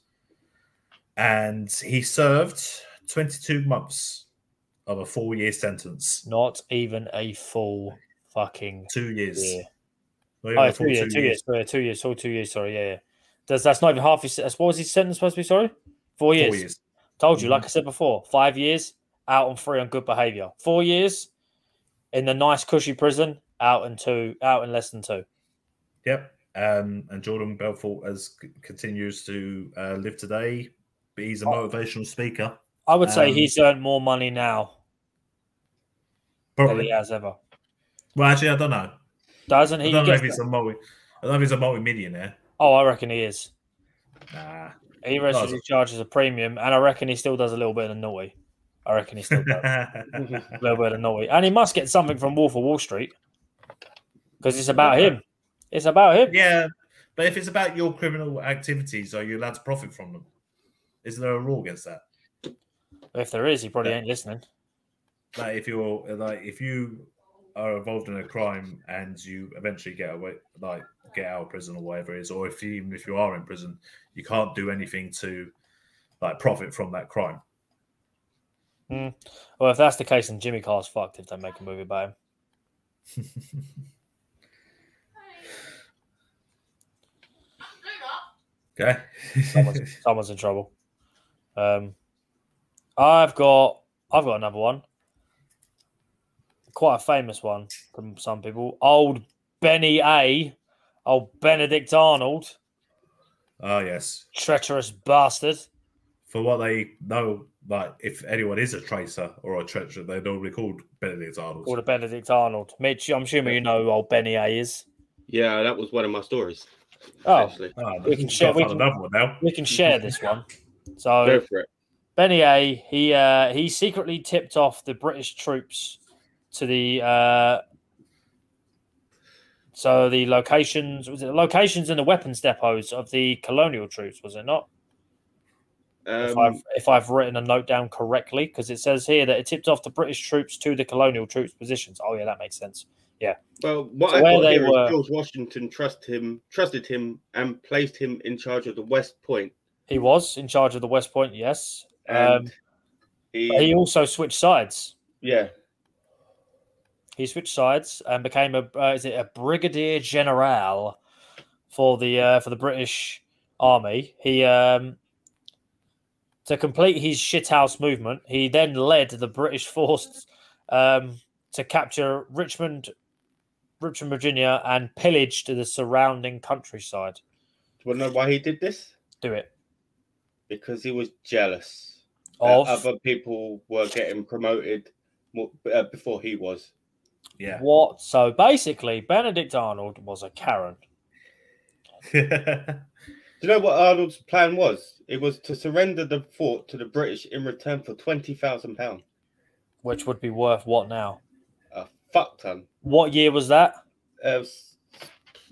B: and he served 22 months of a four-year sentence.
D: Not even a full fucking
B: Two years.
D: year.
B: Not even
D: Oh,
B: a full
D: two years, two years, sorry, two years, sorry, two years. Sorry, yeah, yeah. That's that's not even half his. That's what was his sentence supposed to be? Sorry, four
B: Four
D: years.
B: years. Mm-hmm.
D: Told you, like I said before, five years out on three on good behavior. Four years in the nice cushy prison, out in two, out in less than two.
B: Yep. Um, and Jordan Belfort has c- continues to uh, live today. But he's a
D: Oh.
B: motivational speaker.
D: I would say
B: Um,
D: he's earned more money now than he
B: Probably.
D: has ever.
B: Well, actually, I don't know.
D: Doesn't
B: I
D: he?
B: don't know
D: get
B: if he's a multi. I don't know if he's a multi-millionaire.
D: oh, I reckon he is.
B: Nah.
D: He reckons he charges a premium, and I reckon he still does a little bit of naughty. I reckon he still does a little bit of naughty, and he must get something from Wolf of Wall Street because it's about him. It's about him.
B: yeah, but if it's about your criminal activities, are you allowed to profit from them? Is there a rule against that?
D: If there is, he probably
B: Yeah.
D: ain't listening.
B: Like if you're like if you are involved in a crime and you eventually get away, like get out of prison or whatever it is, or if you, even if you are in prison, you can't do anything to like profit from that crime.
D: Hmm. Well, if that's the case, then Jimmy Carr's fucked if they make a movie about him.
B: Okay.
D: someone's, someone's in trouble. Um, I've got I've got another one, quite a famous one from some people. Old Benny A, old Benedict Arnold,
B: oh yes.
D: treacherous bastard.
B: For what they know, like if anyone is a tracer or a treacher, they're normally called Benedict Arnold.
D: Called a Benedict Arnold. Mitch, I'm assuming you know who old Benny A is.
C: Yeah, that was one of my stories.
D: Oh,
C: actually.
B: Ah,
D: We can share-
B: gotta
D: we
B: find
D: can-
B: another one now.
D: we can share this one. So
C: go for it.
D: Benny A, he uh, he secretly tipped off the British troops to the uh, so the locations was it the locations and the weapons depots of the colonial troops was it not? if,
C: Um,
D: I've, if I've written a note down correctly, because it says here that it tipped off the British troops to the colonial troops' positions. Oh, yeah, that makes sense.
C: well, what
D: so
C: I
D: where
C: got
D: they
C: here is
D: were-
C: George Washington trust him, trusted him, and placed him in charge of the West Point.
D: He was in charge of the West Point, yes.
C: And
D: Um,
C: he,
D: but he also switched sides.
C: yeah,
D: He switched sides and became a uh, is it a brigadier general for the uh, for the British Army. He um, to complete his shithouse movement, he then led the British force um, to capture Richmond, Richmond, Virginia, and pillaged the surrounding countryside.
C: do you want to know why he did this?
D: Do it
C: Because he was jealous
D: of
C: that Uh, other people were getting promoted more, uh, before he was.
B: Yeah.
D: what? So basically, Benedict Arnold was a Karen.
C: Do you know what Arnold's plan was? It was to surrender the fort to the British in return for twenty thousand pounds.
D: which would be worth what now?
C: A fuck ton.
D: What year was that?
C: Uh, s-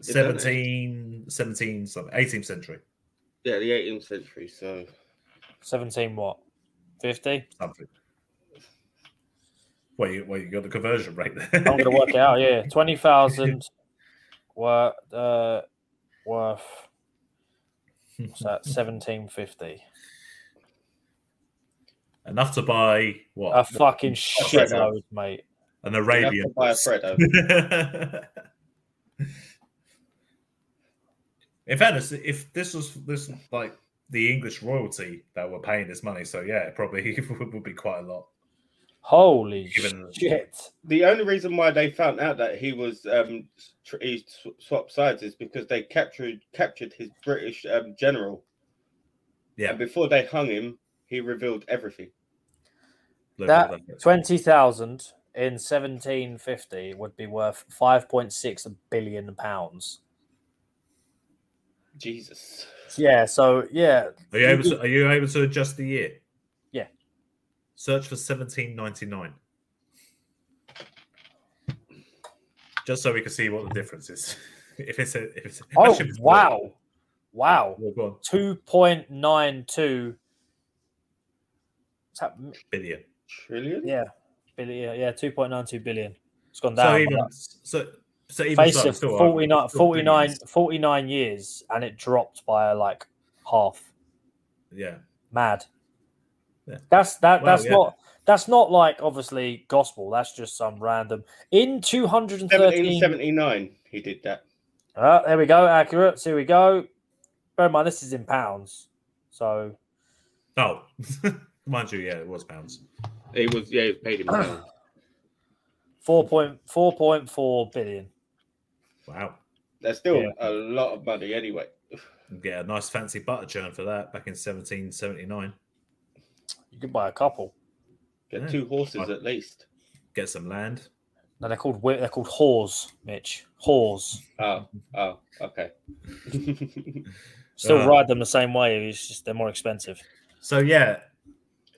B: 17, 17, something, 18th century,
C: yeah, the 18th century. So
D: 17 what? 50?
B: something. Well, you, well, you got the conversion rate there.
D: I'm going to work it out. Yeah. 20,000 were uh, worth what's that? 1750.
B: Enough to buy what?
D: A fucking
C: right
D: shit
C: now.
D: load, mate.
B: An
C: you have
B: Arabian.
C: to buy a Freddo.
B: In fairness, if this was this was like the English royalty that were paying this money, so yeah, it probably would be quite a lot.
D: Holy
B: Even-
D: shit.
C: the only reason why they found out that he was um tr- he sw- swapped sides is because they captured captured his British um, general.
B: Yeah.
C: And before they hung him, he revealed everything.
B: Look
D: That
B: at that.
D: 20,000 in 1750 would be worth 5.6 billion pounds.
C: Jesus.
D: Yeah. So, yeah.
B: Are you able to, are you able to adjust the year?
D: Yeah.
B: Search for 1799. Just so we can see what the difference is. if it's a if it's
D: Oh,
B: actually, it's more.
D: wow. Wow.
B: Well, go on.
D: 2.92 is that m-
B: Billion.
C: Trillion?
D: yeah billion yeah 2.92 billion it's gone down
B: So
D: by
B: even
D: that.
B: so so even
D: face
B: so,
D: of
B: still,
D: 49
B: I've got
D: 49
B: billions.
D: 49 years and it dropped by like half
B: Yeah.
D: mad
B: Yeah.
D: that's that
B: Wow,
D: that's
B: yeah.
D: not that's not like obviously gospel that's just some random in 213
C: 1779, he did that.
D: Ah, there we go accurate so here we go bear in mind this is in pounds so
B: Oh. Mind you, yeah, it was pounds.
C: He was, yeah, he was paid him. well.
D: 4.4.4 billion
B: Wow.
C: That's still
D: Yeah.
C: a lot of money anyway.
B: Get a nice fancy butter churn for that back in 1779.
D: you could buy a couple
C: Get
B: Yeah.
C: two horses at least.
B: Get some land.
D: No, they're called wi- they're called whores, Mitch. Whores.
C: Oh, oh, okay.
D: Still
B: Ah.
D: ride them the same way. It's just they're more expensive.
B: So yeah,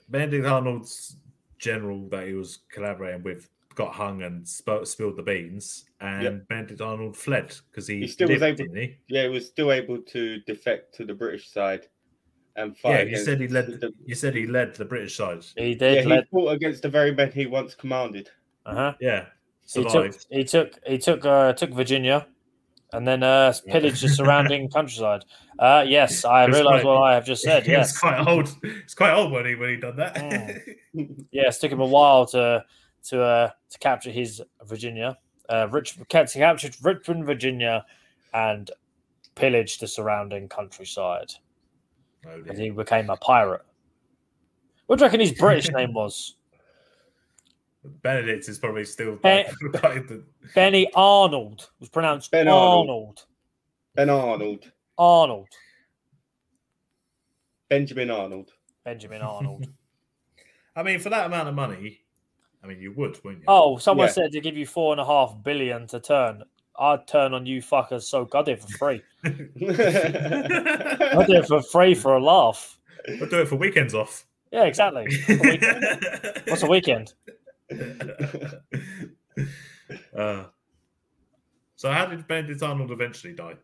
B: Benedict Arnold's general that he was collaborating with got hung and sp- spilled the beans, and
C: Yep.
B: Benedict Arnold fled because he,
C: He still was
B: lived,
C: able-
B: didn't he?
C: yeah, he was still able to defect to the British side and fight.
B: Yeah, you
C: against
B: said he led.
C: the-
B: you said he led the British side.
D: He
C: yeah,
D: did.
C: he
D: let-
C: fought against the very men he once commanded.
D: uh-huh.
B: Yeah,
D: He took.
B: survived.
D: He took. He took. Uh, took Virginia, and then uh,
B: Yeah.
D: pillaged the surrounding countryside. Uh, yes, I
B: It was
D: realize
B: quite-
D: what I have just said.
B: He was
D: Yes,
B: quite old. It's quite old when he when he done that.
D: Mm. yes. Took him a while to to uh, to capture his Virginia. Uh, Rich kept- he captured Richmond, Virginia, and pillaged the surrounding countryside.
B: Oh,
D: and
B: dear.
D: he became a pirate. What do you reckon his British name was?
B: Benedict is probably still.
D: Eh.
B: like the-
D: Benny Arnold was pronounced
C: Ben Arnold.
D: Arnold.
C: Ben Arnold,
D: Arnold.
C: Benjamin Arnold.
D: Benjamin Arnold.
B: I mean, for that amount of money, I mean, you would, wouldn't you?
D: oh, someone
C: Yeah.
D: said to give you four and a half billion to turn. I'd turn on you fuckers so good it for free. I'd do it for free for a laugh.
B: we'll do it for weekends off.
D: Yeah, exactly. What's a weekend?
B: uh, so how did Benedict Arnold eventually die?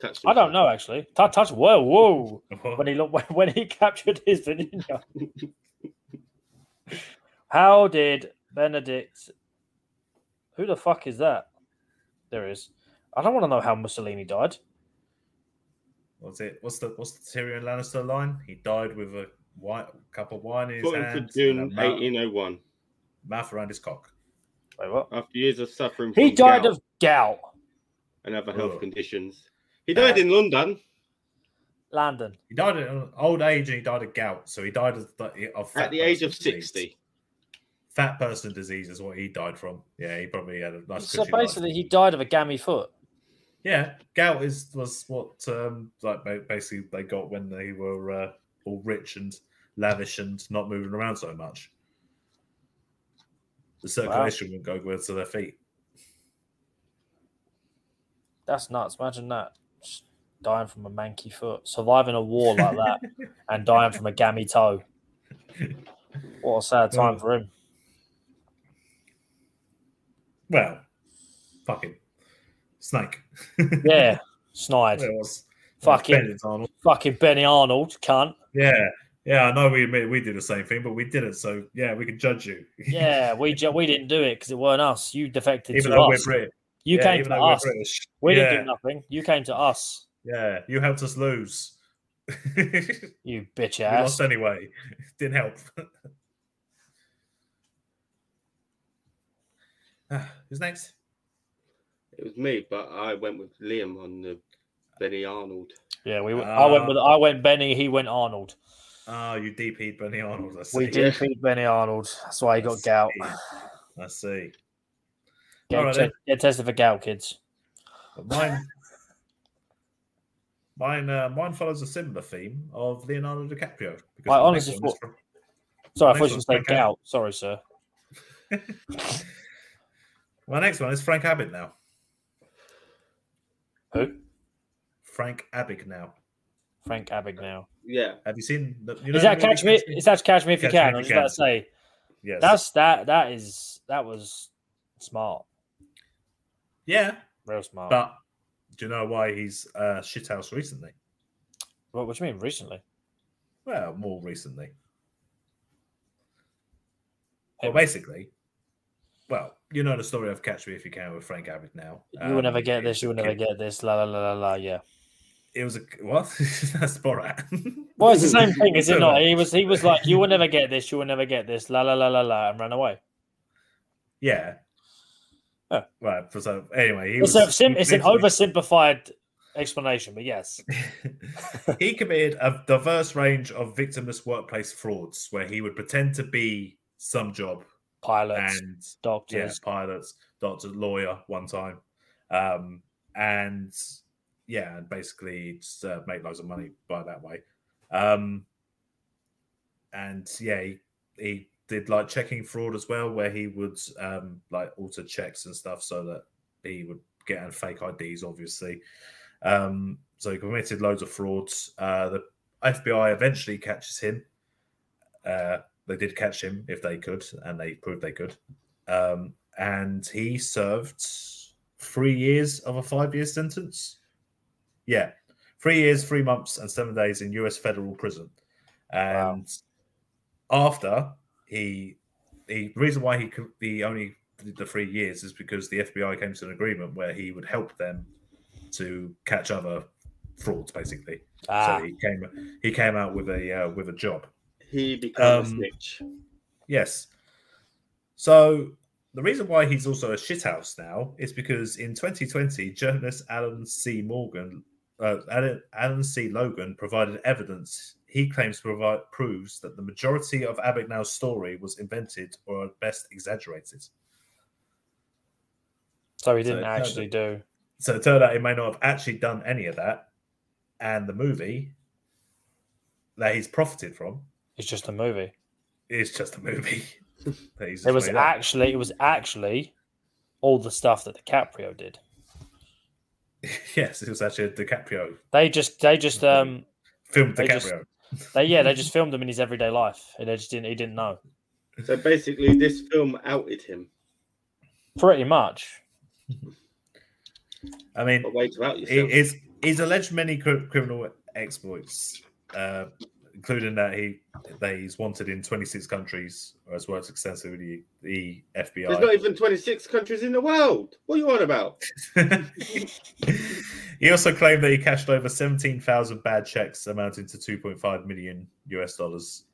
C: Touch
D: I don't
C: himself.
D: know actually. Touch, touch. Whoa, whoa!
B: What?
D: When he looked, when he captured his Vanilla. How did Benedict? Who the fuck is that? There is. I don't want to know how Mussolini died.
B: What's it? What's the what's the Tyrion Lannister line? He died with a white cup of wine in his
C: 14th
B: hand,
C: of June
B: and a mou-
C: 1801.
B: mouth around his cock.
D: Wait, what?
C: After years of suffering,
D: He
C: from
D: died
C: gout
D: of gout.
C: and other health
B: Ugh. Uh,
C: conditions. He died in London.
D: Landon.
B: He died at an old age and he died of gout. So he died of, of fat
C: at the age
B: person
C: of
B: disease.
C: 60.
B: Fat person disease is what he died from. Yeah, he probably had a nice.
D: so
B: cushy life.
D: basically, he died of a gammy foot.
B: yeah, gout is was what um like ba- basically they got when they were uh, all rich and lavish and not moving around so much. The circulation wouldn't go good to their feet.
D: That's nuts. Imagine that. Just dying from a manky foot, surviving a war like that, and dying from a gammy toe. What a sad time for him.
B: Well, fucking snake.
D: Yeah, snide.
B: It was-
D: Fucking-
B: it was Bennett's Arnold.
D: Fucking Benny Arnold, cunt.
B: Yeah, yeah. I know we admit we did the same thing, but we did it, so yeah, we can judge you.
D: Yeah, we ju- we didn't do it because it weren't us. You defected
B: even
D: to
B: though
D: us.
B: we're British.
D: You
B: Yeah,
D: came
B: even
D: to
B: though we're
D: us.
B: British.
D: We
B: yeah,
D: didn't do nothing. You came to us.
B: yeah. You helped us lose. we
D: You bitch ass.
B: lost anyway. Didn't help. Ah, Who's next?
C: It was me, but I went with Liam on the Benny Arnold.
D: Yeah, we. I
B: Uh,
D: went with. I went Benny. He went Arnold.
B: Oh, you DP'd Benny Arnold. I see.
D: We
C: did.
D: did beat Benny Arnold. That's why he got gout.
B: I see.
D: Get,
B: Alright
D: te-
B: then.
D: get tested for gout, kids.
B: But mine, mine, uh, mine follows a similar theme of Leonardo DiCaprio. Because
D: I
B: the
D: honestly
B: next one is from-
D: Sorry,
B: Next
D: I thought you were
B: one,
D: saying
B: okay.
D: gout. Sorry, sir.
B: my next one is Frank Abbott now.
D: Who?
B: Frank Abbott now.
D: Frank Abig now.
C: Yeah.
B: Have you seen? The, you know
D: Is that
B: the movie
D: catch me? Is that catch me if
B: Catch
D: you
B: Me If
D: can? I
B: You
D: was about
B: Can.
D: to say
B: Yes.
D: that's that. That is that was smart,
B: yeah,
D: real smart.
B: but do you know why he's uh, shithouse recently?
D: what, what do you mean recently?
B: Well, more recently.
D: Hey,
B: Well, basically, well, you know the story of Catch Me If You Can with Frank Abbott now.
D: You will never
B: Um,
D: get this. You will never get this. La la la la la. Yeah.
B: It was a what? That's Borat.
D: Well, it's the same thing, is it
B: So,
D: not? He was he was like, you will never get this. You will never get this. La la la la la, and ran away.
B: Yeah.
D: Oh.
B: Right. For so anyway, he
D: It's, a
B: was.
D: sim- it's an
B: literally-
D: oversimplified explanation, but yes,
B: he committed a diverse range of victimless workplace frauds where he would pretend to be some job
D: pilots,
B: and yeah,
D: doctors,
B: pilots, doctor, lawyer one time, um, and yeah, and basically just, uh, make loads of money by that way. Um, and yeah, he, he did like checking fraud as well, where he would um, like alter checks and stuff so that he would get and fake IDs, obviously. Um, so he committed loads of frauds. Uh, the FBI eventually catches him. Uh, they did catch him if they could, and they proved they could. Um, and he served three years of a five-year sentence. Yeah, three years, three months, and seven days in U.S. federal prison. And after he, the reason why he could, he only did the three years is because the FBI came to an agreement where he would help them to catch other frauds, basically.
D: ah,
B: So he came he came out with a uh, with a job.
C: He became a
B: Um,
C: snitch.
B: Yes. So the reason why he's also a shithouse now is because in 2020, journalist Alan C. Morgan, uh, Alan, Alan C. Logan provided evidence he claims to provide proves that the majority of Abagnale's story was invented or at best exaggerated.
D: so he didn't
B: so-
D: actually do.
B: So it turned out he may not have actually done any of that, and the movie that he's profited from
D: It's just a movie.
B: is just a movie. that he's
D: It
B: just
D: was
B: made up.
D: actually it was actually all the stuff that DiCaprio did.
B: yes, it was actually a DiCaprio
D: They just they just um
B: film.
D: They just-
B: DiCaprio.
D: they yeah they just filmed him in his everyday life and they just didn't he didn't know
C: So basically, this film outed him.
D: pretty much.
B: I mean,
D: Oh,
C: What way to out yourself?
B: it is He's alleged many cri- criminal exploits, uh, including that he that he's wanted in 26 countries, or has worked extensively with the, the
C: There's not
B: FBI.
C: even 26 countries in the world. What are you on about?
B: he also claimed that he cashed over 17,000 bad checks amounting to 2.5 million US dollars.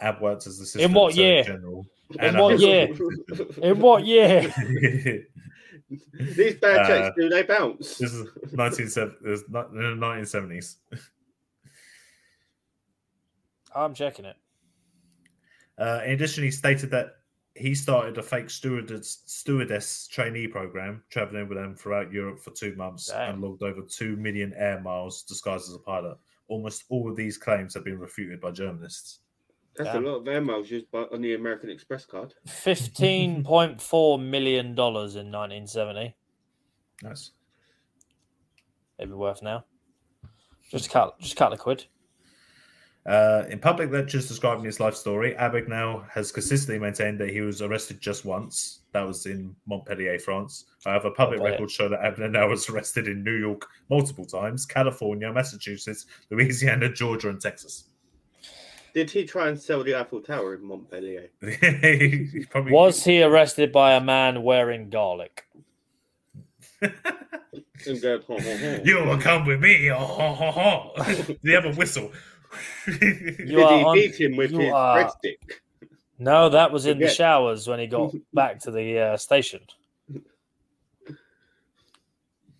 B: Ab worked as the assistant
D: In what
B: Attorney
D: year?
B: General.
D: In
B: and
D: what year? In what year?
B: year?
C: These bad
B: Uh,
C: checks, do they bounce?
B: This is 1970s.
D: I'm checking it.
B: Uh, in addition, he stated that he started a fake stewardess, stewardess trainee program, traveling with them throughout Europe for two months
D: Dang.
B: and logged over 2 million air miles disguised as a pilot. Almost all of these claims have been refuted by journalists.
C: That's
D: Damn.
C: a lot of air miles used by, on the American Express card.
D: Fifteen point four million dollars in 1970.
B: Nice.
D: It'd be worth now. Just a couple, just a couple of quid.
B: Uh, in public lectures describing his life story, Abig now has consistently maintained that he was arrested just once. That was in Montpellier, France. However, public
D: Montpellier.
B: records show that Abner now was arrested in New York multiple times, California, Massachusetts, Louisiana, Georgia, and Texas.
C: Did he try and sell the Eiffel Tower in Montpellier?
B: He probably-
D: Was he arrested by a man wearing garlic?
C: And go, "Huh, huh, huh."
B: you will come with me? Oh, ho, ho, ho. Do you have a whistle?
D: You
C: Did
D: are
C: he
D: on-
C: beat him with
D: you
C: his
D: are-
C: breadstick?
D: No, that was in the
C: Forget.
D: showers when he got back to the uh, station.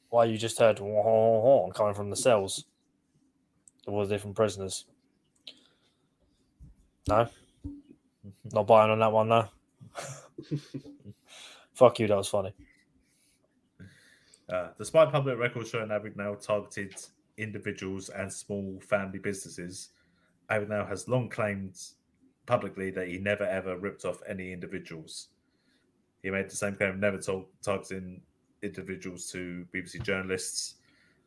D: Why you just heard "Wah-wah-wah" coming from the cells? It was different prisoners. No, not buying on that one though. Fuck you, that was funny.
B: Uh, despite public records showing Abbott now targeted individuals and small family businesses, Abbott now has long claimed publicly that he never ever ripped off any individuals. He made the same claim, of never told targeting individuals to BBC journalists.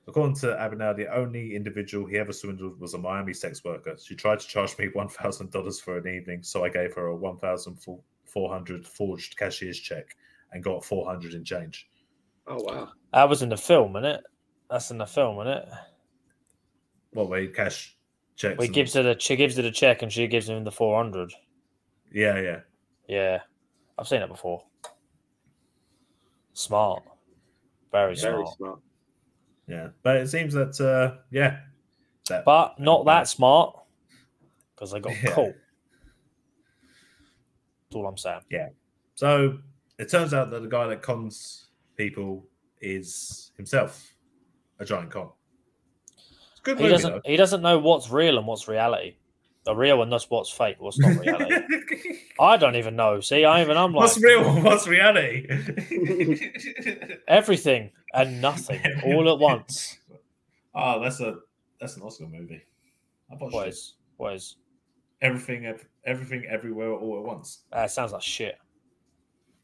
B: According to Abinell, the only individual he ever swindled was a Miami sex worker. She tried to charge me $1,000 for an evening, so I gave her a 1,400 forged cashier's check and got 400 in change.
C: Oh, wow.
D: That was in the film, innit? That's in the film, innit?
B: what way cash checks.
D: He
B: and-
D: gives her the she gives her the check and she gives him the four hundred.
B: yeah, yeah.
D: Yeah, I've seen it before. Smart,
C: Very
D: very smart,
C: smart.
B: Yeah. But it seems that uh yeah. That
D: but not
B: Yeah.
D: that smart because I got
B: Yeah.
D: caught. That's all I'm saying.
B: so it turns out that the guy that cons people is himself a giant con. It's a good
D: He
B: movie,
D: doesn't.
B: though.
D: He doesn't know what's real and what's reality. The real and that's what's fake. What's not reality? I don't even know. See, I even I'm like
B: What's real? and What's reality?
D: everything and nothing all at once.
B: oh, that's a that's an Oscar movie. I watched
D: What
B: it.
D: is? What is?
B: everything, ev- everything, everywhere, all at once.
D: That sounds like shit.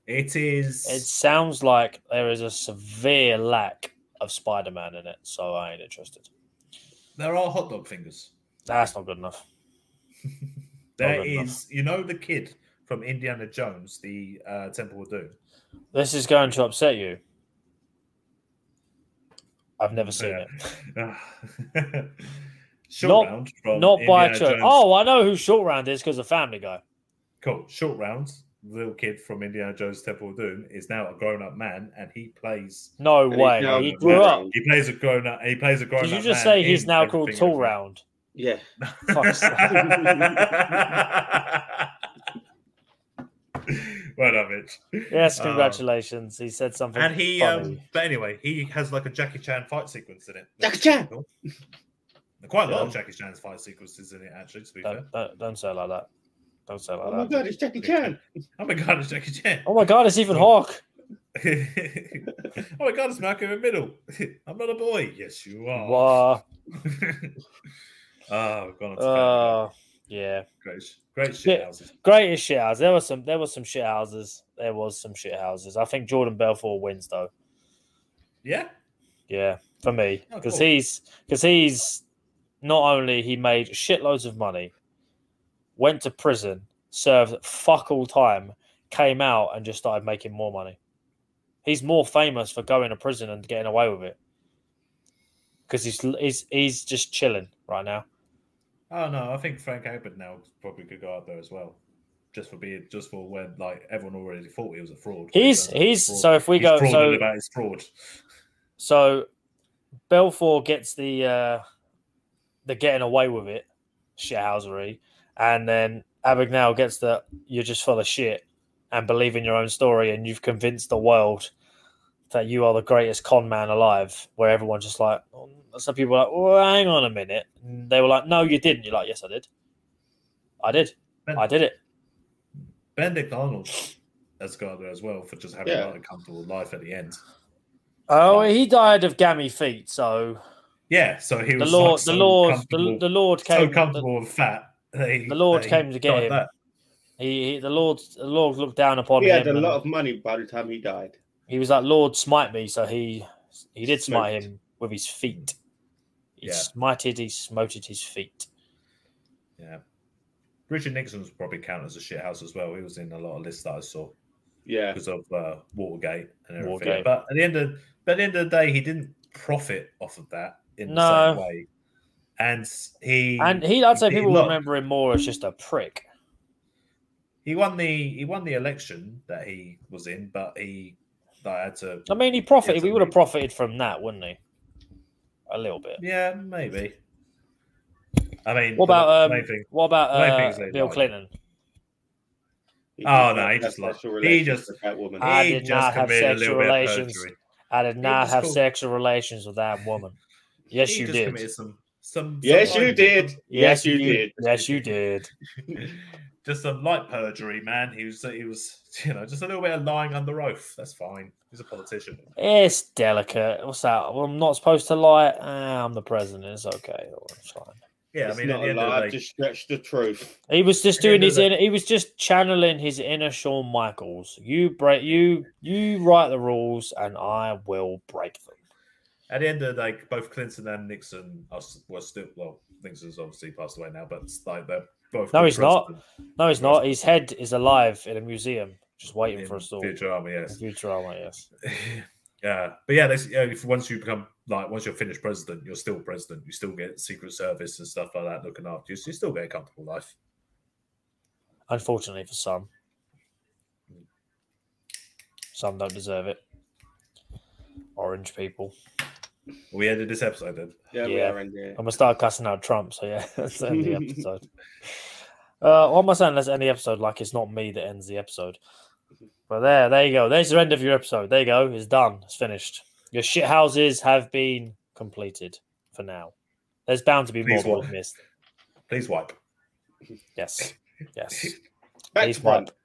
B: It is.
D: It sounds like there is a severe lack of Spider-Man in it, so I ain't interested.
B: There are hot dog fingers.
D: That's not good enough.
B: There
D: good enough.
B: is, you know, the kid from Indiana Jones, the uh, Temple of Doom.
D: This is going to upset you. I've never seen
B: Yeah.
D: it.
B: short
D: Not-
B: round from
D: Not by
B: Indiana
D: choice.
B: Jones.
D: Oh, I know who Short Round is because of Family Guy.
B: cool. Short round, little kid from Indiana Jones Temple of Doom is now a grown-up man, and he plays.
D: No
C: And he's
D: way.
C: now
D: He
C: a
D: grew
C: grown
D: up.
B: He plays a grown-up. He plays a grown-up.
D: Did you just
B: man
D: say he's
B: in
D: now called
B: Everything
D: Tall Round? Oh,
C: Yeah.
D: Fuck's sake.
B: well done, Mitch.
D: Yes,
B: Um,
D: congratulations. he said something.
B: And he,
D: funny.
B: um, but anyway, he has like a Jackie Chan fight sequence in it.
C: Jackie Chan!
B: Cool. Quite a lot of
D: Yeah.
B: Jackie Chan's fight sequences in it, actually. To be fair,
D: don't, don't, don't say it like that. Don't say it like
C: Oh my
D: that.
C: god, it's Jackie Chan.
B: oh my god, it's Jackie Chan.
D: Oh my god, it's even Hawk.
B: oh my god, it's Malcolm in the Middle. I'm not a boy. Yes, you are.
D: Wow.
B: oh, we've gone on to uh,
D: Uh, yeah.
B: great, sh- great shit
D: shit.
B: houses.
D: Greatest shit houses. There was some. There was some shit houses. There was some shit houses. I think Jordan Belfort wins though.
B: Yeah,
D: Yeah, for me,
B: Oh,
D: because
B: cool.
D: he's because he's not only he made shitloads of money, went to prison, served fuck all time, came out and just started making more money. He's more famous for going to prison and getting away with it. because he's, he's he's just chilling right now.
B: Oh no, I think Frank Abbott now probably could go out there as well, just for being just for when like everyone already thought he was a fraud.
D: He's
B: So
D: he's
B: fraud.
D: so if we
B: He's
D: go
B: frauding
D: so
B: about his fraud.
D: so Belfort gets the uh the getting away with it shithousery, and then Abagnale gets the you're just full of shit and believe in your own story and you've convinced the world that you are the greatest con man alive. Where everyone's just like, oh, some people are like, well, hang on a minute. And they were like, no, you didn't. You're like, yes, I did. I did. I did it.
B: Benedict Arnold has gone out there as well for just having
C: Yeah.
B: like, a comfortable life at the end.
D: Oh, he died of gammy feet. So
B: Yeah, so he
D: the
B: was
D: Lord,
B: like,
D: the
B: so
D: Lord, the,
B: comfortable-
D: the Lord came.
B: so
D: the-
B: comfortable with fat. that he-
D: the Lord
B: that he
D: came to get
B: got
D: him.
B: that.
D: He, he the Lord, the Lord looked down upon
C: He
D: him.
C: had a
D: and
C: lot of money by the time he died.
D: he was like, "Lord, smite me!" So he he did smite
C: Smote.
D: him with his feet. He
B: Yeah.
D: smited, he smoted his feet.
B: Yeah, Richard Nixon was probably counted as a shithouse as well. He was in a lot of lists that I saw.
C: Yeah,
B: because of uh, Watergate and everything.
D: Watergate.
B: But at the end of but at the end of the day, he didn't profit off of that in the
D: No.
B: same way. And he
D: And he, I'd say
B: he
D: people
B: looked-
D: remember him more as just a prick.
B: he won the he won the election that he was in, but he that had to
D: I mean, he profited.
B: Yes,
D: we would have
B: indeed.
D: profited from that, wouldn't he? A little bit.
B: yeah maybe. I mean,
D: What
B: the
D: about
B: main
D: um,
B: thing-
D: what about
B: main thing is
D: uh,
B: they
D: Bill
B: lied.
D: Clinton?
C: He
B: Oh,
C: did
B: no, he
C: have
B: just
C: special
B: liked- he
C: relations
B: just-
C: with that woman.
D: I
B: he
D: did
B: just
D: not have
B: committed a little
D: sexual
B: bit of
D: relations.
B: perjury.
D: I did not
B: just
D: have
B: called-
D: sexual relations with that woman. Yes,
B: He
D: you
B: just
D: did.
B: committed some some
C: Yes,
B: some
C: you
B: light-
C: did. Yes, you did.
D: Yes, you did.
B: just some light perjury, man. He was he was you know just a little bit of lying under oath. That's fine. He's a politician.
D: It's delicate. What's that? Well, I'm not supposed to lie. Ah, I'm the president. It's okay. Oh, It's fine.
B: Yeah,
C: it's
B: I mean, at
C: not
B: the
C: a
B: end of
C: lie.
B: the day,
C: Just stretch the truth.
D: He was just
B: At the
D: doing
B: end of
D: his
B: the-
D: inner. He was just channeling his inner Shawn Michaels. You break. You you write the rules, and I will break them.
B: at the end of the day, both Clinton and Nixon are, s- were still well. Nixon's obviously passed away now, but it's like they're both.
D: No,
B: good
D: he's not.
B: presidents
D: No, he's not. His head is alive in a museum, just waiting
B: in
D: for us all.
B: Futurama, yes.
D: Futurama, yes.
B: yeah, but yeah, they, yeah, if once you become like once you're finished president, you're still president. You still get Secret Service and stuff like that looking after you. So you still get a comfortable life.
D: Unfortunately for some, some don't deserve it. Orange people.
B: We ended this episode then.
C: Yeah, we
D: Yeah.
C: are in there.
D: I'm gonna start cussing out Trump. So yeah, let's end the episode. Uh, what am I saying? Let's end the episode like it's not me that ends the episode. But there, there you go. There's the end of your episode. There you go. It's done. It's finished. Your shit houses have been completed for now. There's bound to be more
B: Please
D: that
B: wa-
D: we've missed.
B: Please wipe.
D: Yes, yes.
C: Back
D: Please
C: to front.
D: wipe.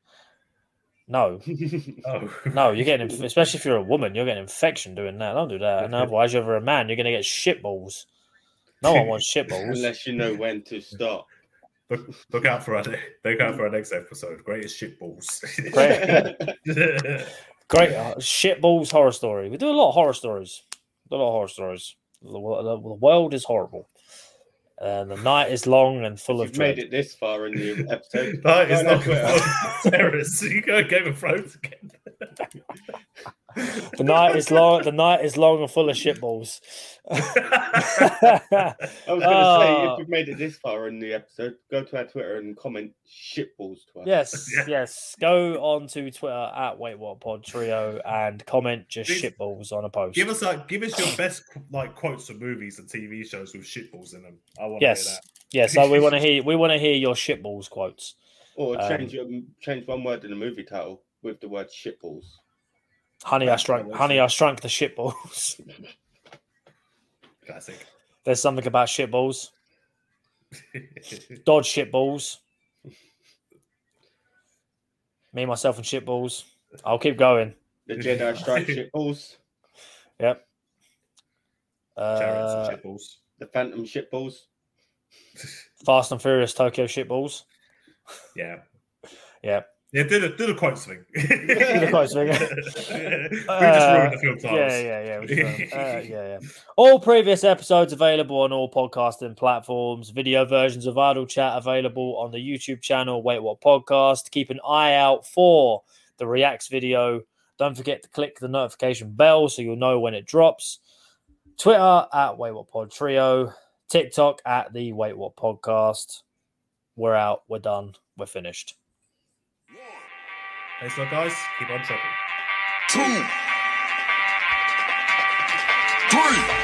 D: No,
B: Oh
D: no. You're getting, inf- especially if you're a woman, you're getting infection doing that. Don't do that. And otherwise, if you're a man, you're gonna get shit balls. No one wants shit balls.
C: Unless you know when to stop.
B: Look, look out for our ne- look out for our next episode. Greatest shit balls.
D: Great.
B: yeah,
D: Great uh, shitballs horror story. We do a lot of horror stories. A lot of horror stories. The, wo- the world is horrible, and the night is long and full of
C: You've
D: dread.
C: made it this far in the episode.
B: that is
C: Go on
B: not good. terrorists. You go Game of Thrones again.
D: The night is long. The night is long and full of shitballs.
C: I was going to say,
D: Ah.
C: if you've made it this far in the episode, go to our Twitter and comment shitballs to us.
D: yes,
B: Yeah.
D: yes. Go on to Twitter at Wait What Pod Trio and comment just
B: Please
D: shitballs on a post.
B: give us like give us your best like quotes from movies and TV shows with shitballs in them. I want to
D: yes, yes. So we want to hear. We want to hear your shitballs quotes.
C: Or
D: Um,
C: change your, change one word in the movie title with the word shitballs.
D: Honey, I
B: That's
D: shrunk.
B: what I
D: Honey,
B: said.
D: I shrunk the shitballs.
B: hear that.
D: There's something about shitballs.
B: Classic.
D: Dodge shitballs. Me, myself, and shitballs. I'll keep going.
C: The Jedi Strike shitballs.
D: Yep.
B: Terrorists
D: Uh,
B: and shitballs.
C: The Phantom shitballs.
D: Fast and Furious Tokyo shitballs.
B: Yeah.
D: Yeah.
B: Yeah, do the, do the quotes thing. do
D: the quotes thing.
B: we just
D: Uh,
B: ruined the film titles.
D: Yeah, yeah, yeah. we should go. Uh, yeah, yeah. All previous episodes available on all podcasting platforms. Video versions of Idle Chat available on the YouTube channel Wait What Podcast. Keep an eye out for the Reacts video. Don't forget to click the notification bell so you'll know when it drops. Twitter at Wait What Pod Trio, TikTok at the Wait What Podcast. We're out. We're done. We're finished.
B: Thanks a lot, guys. Keep on trucking.
A: Two. Three.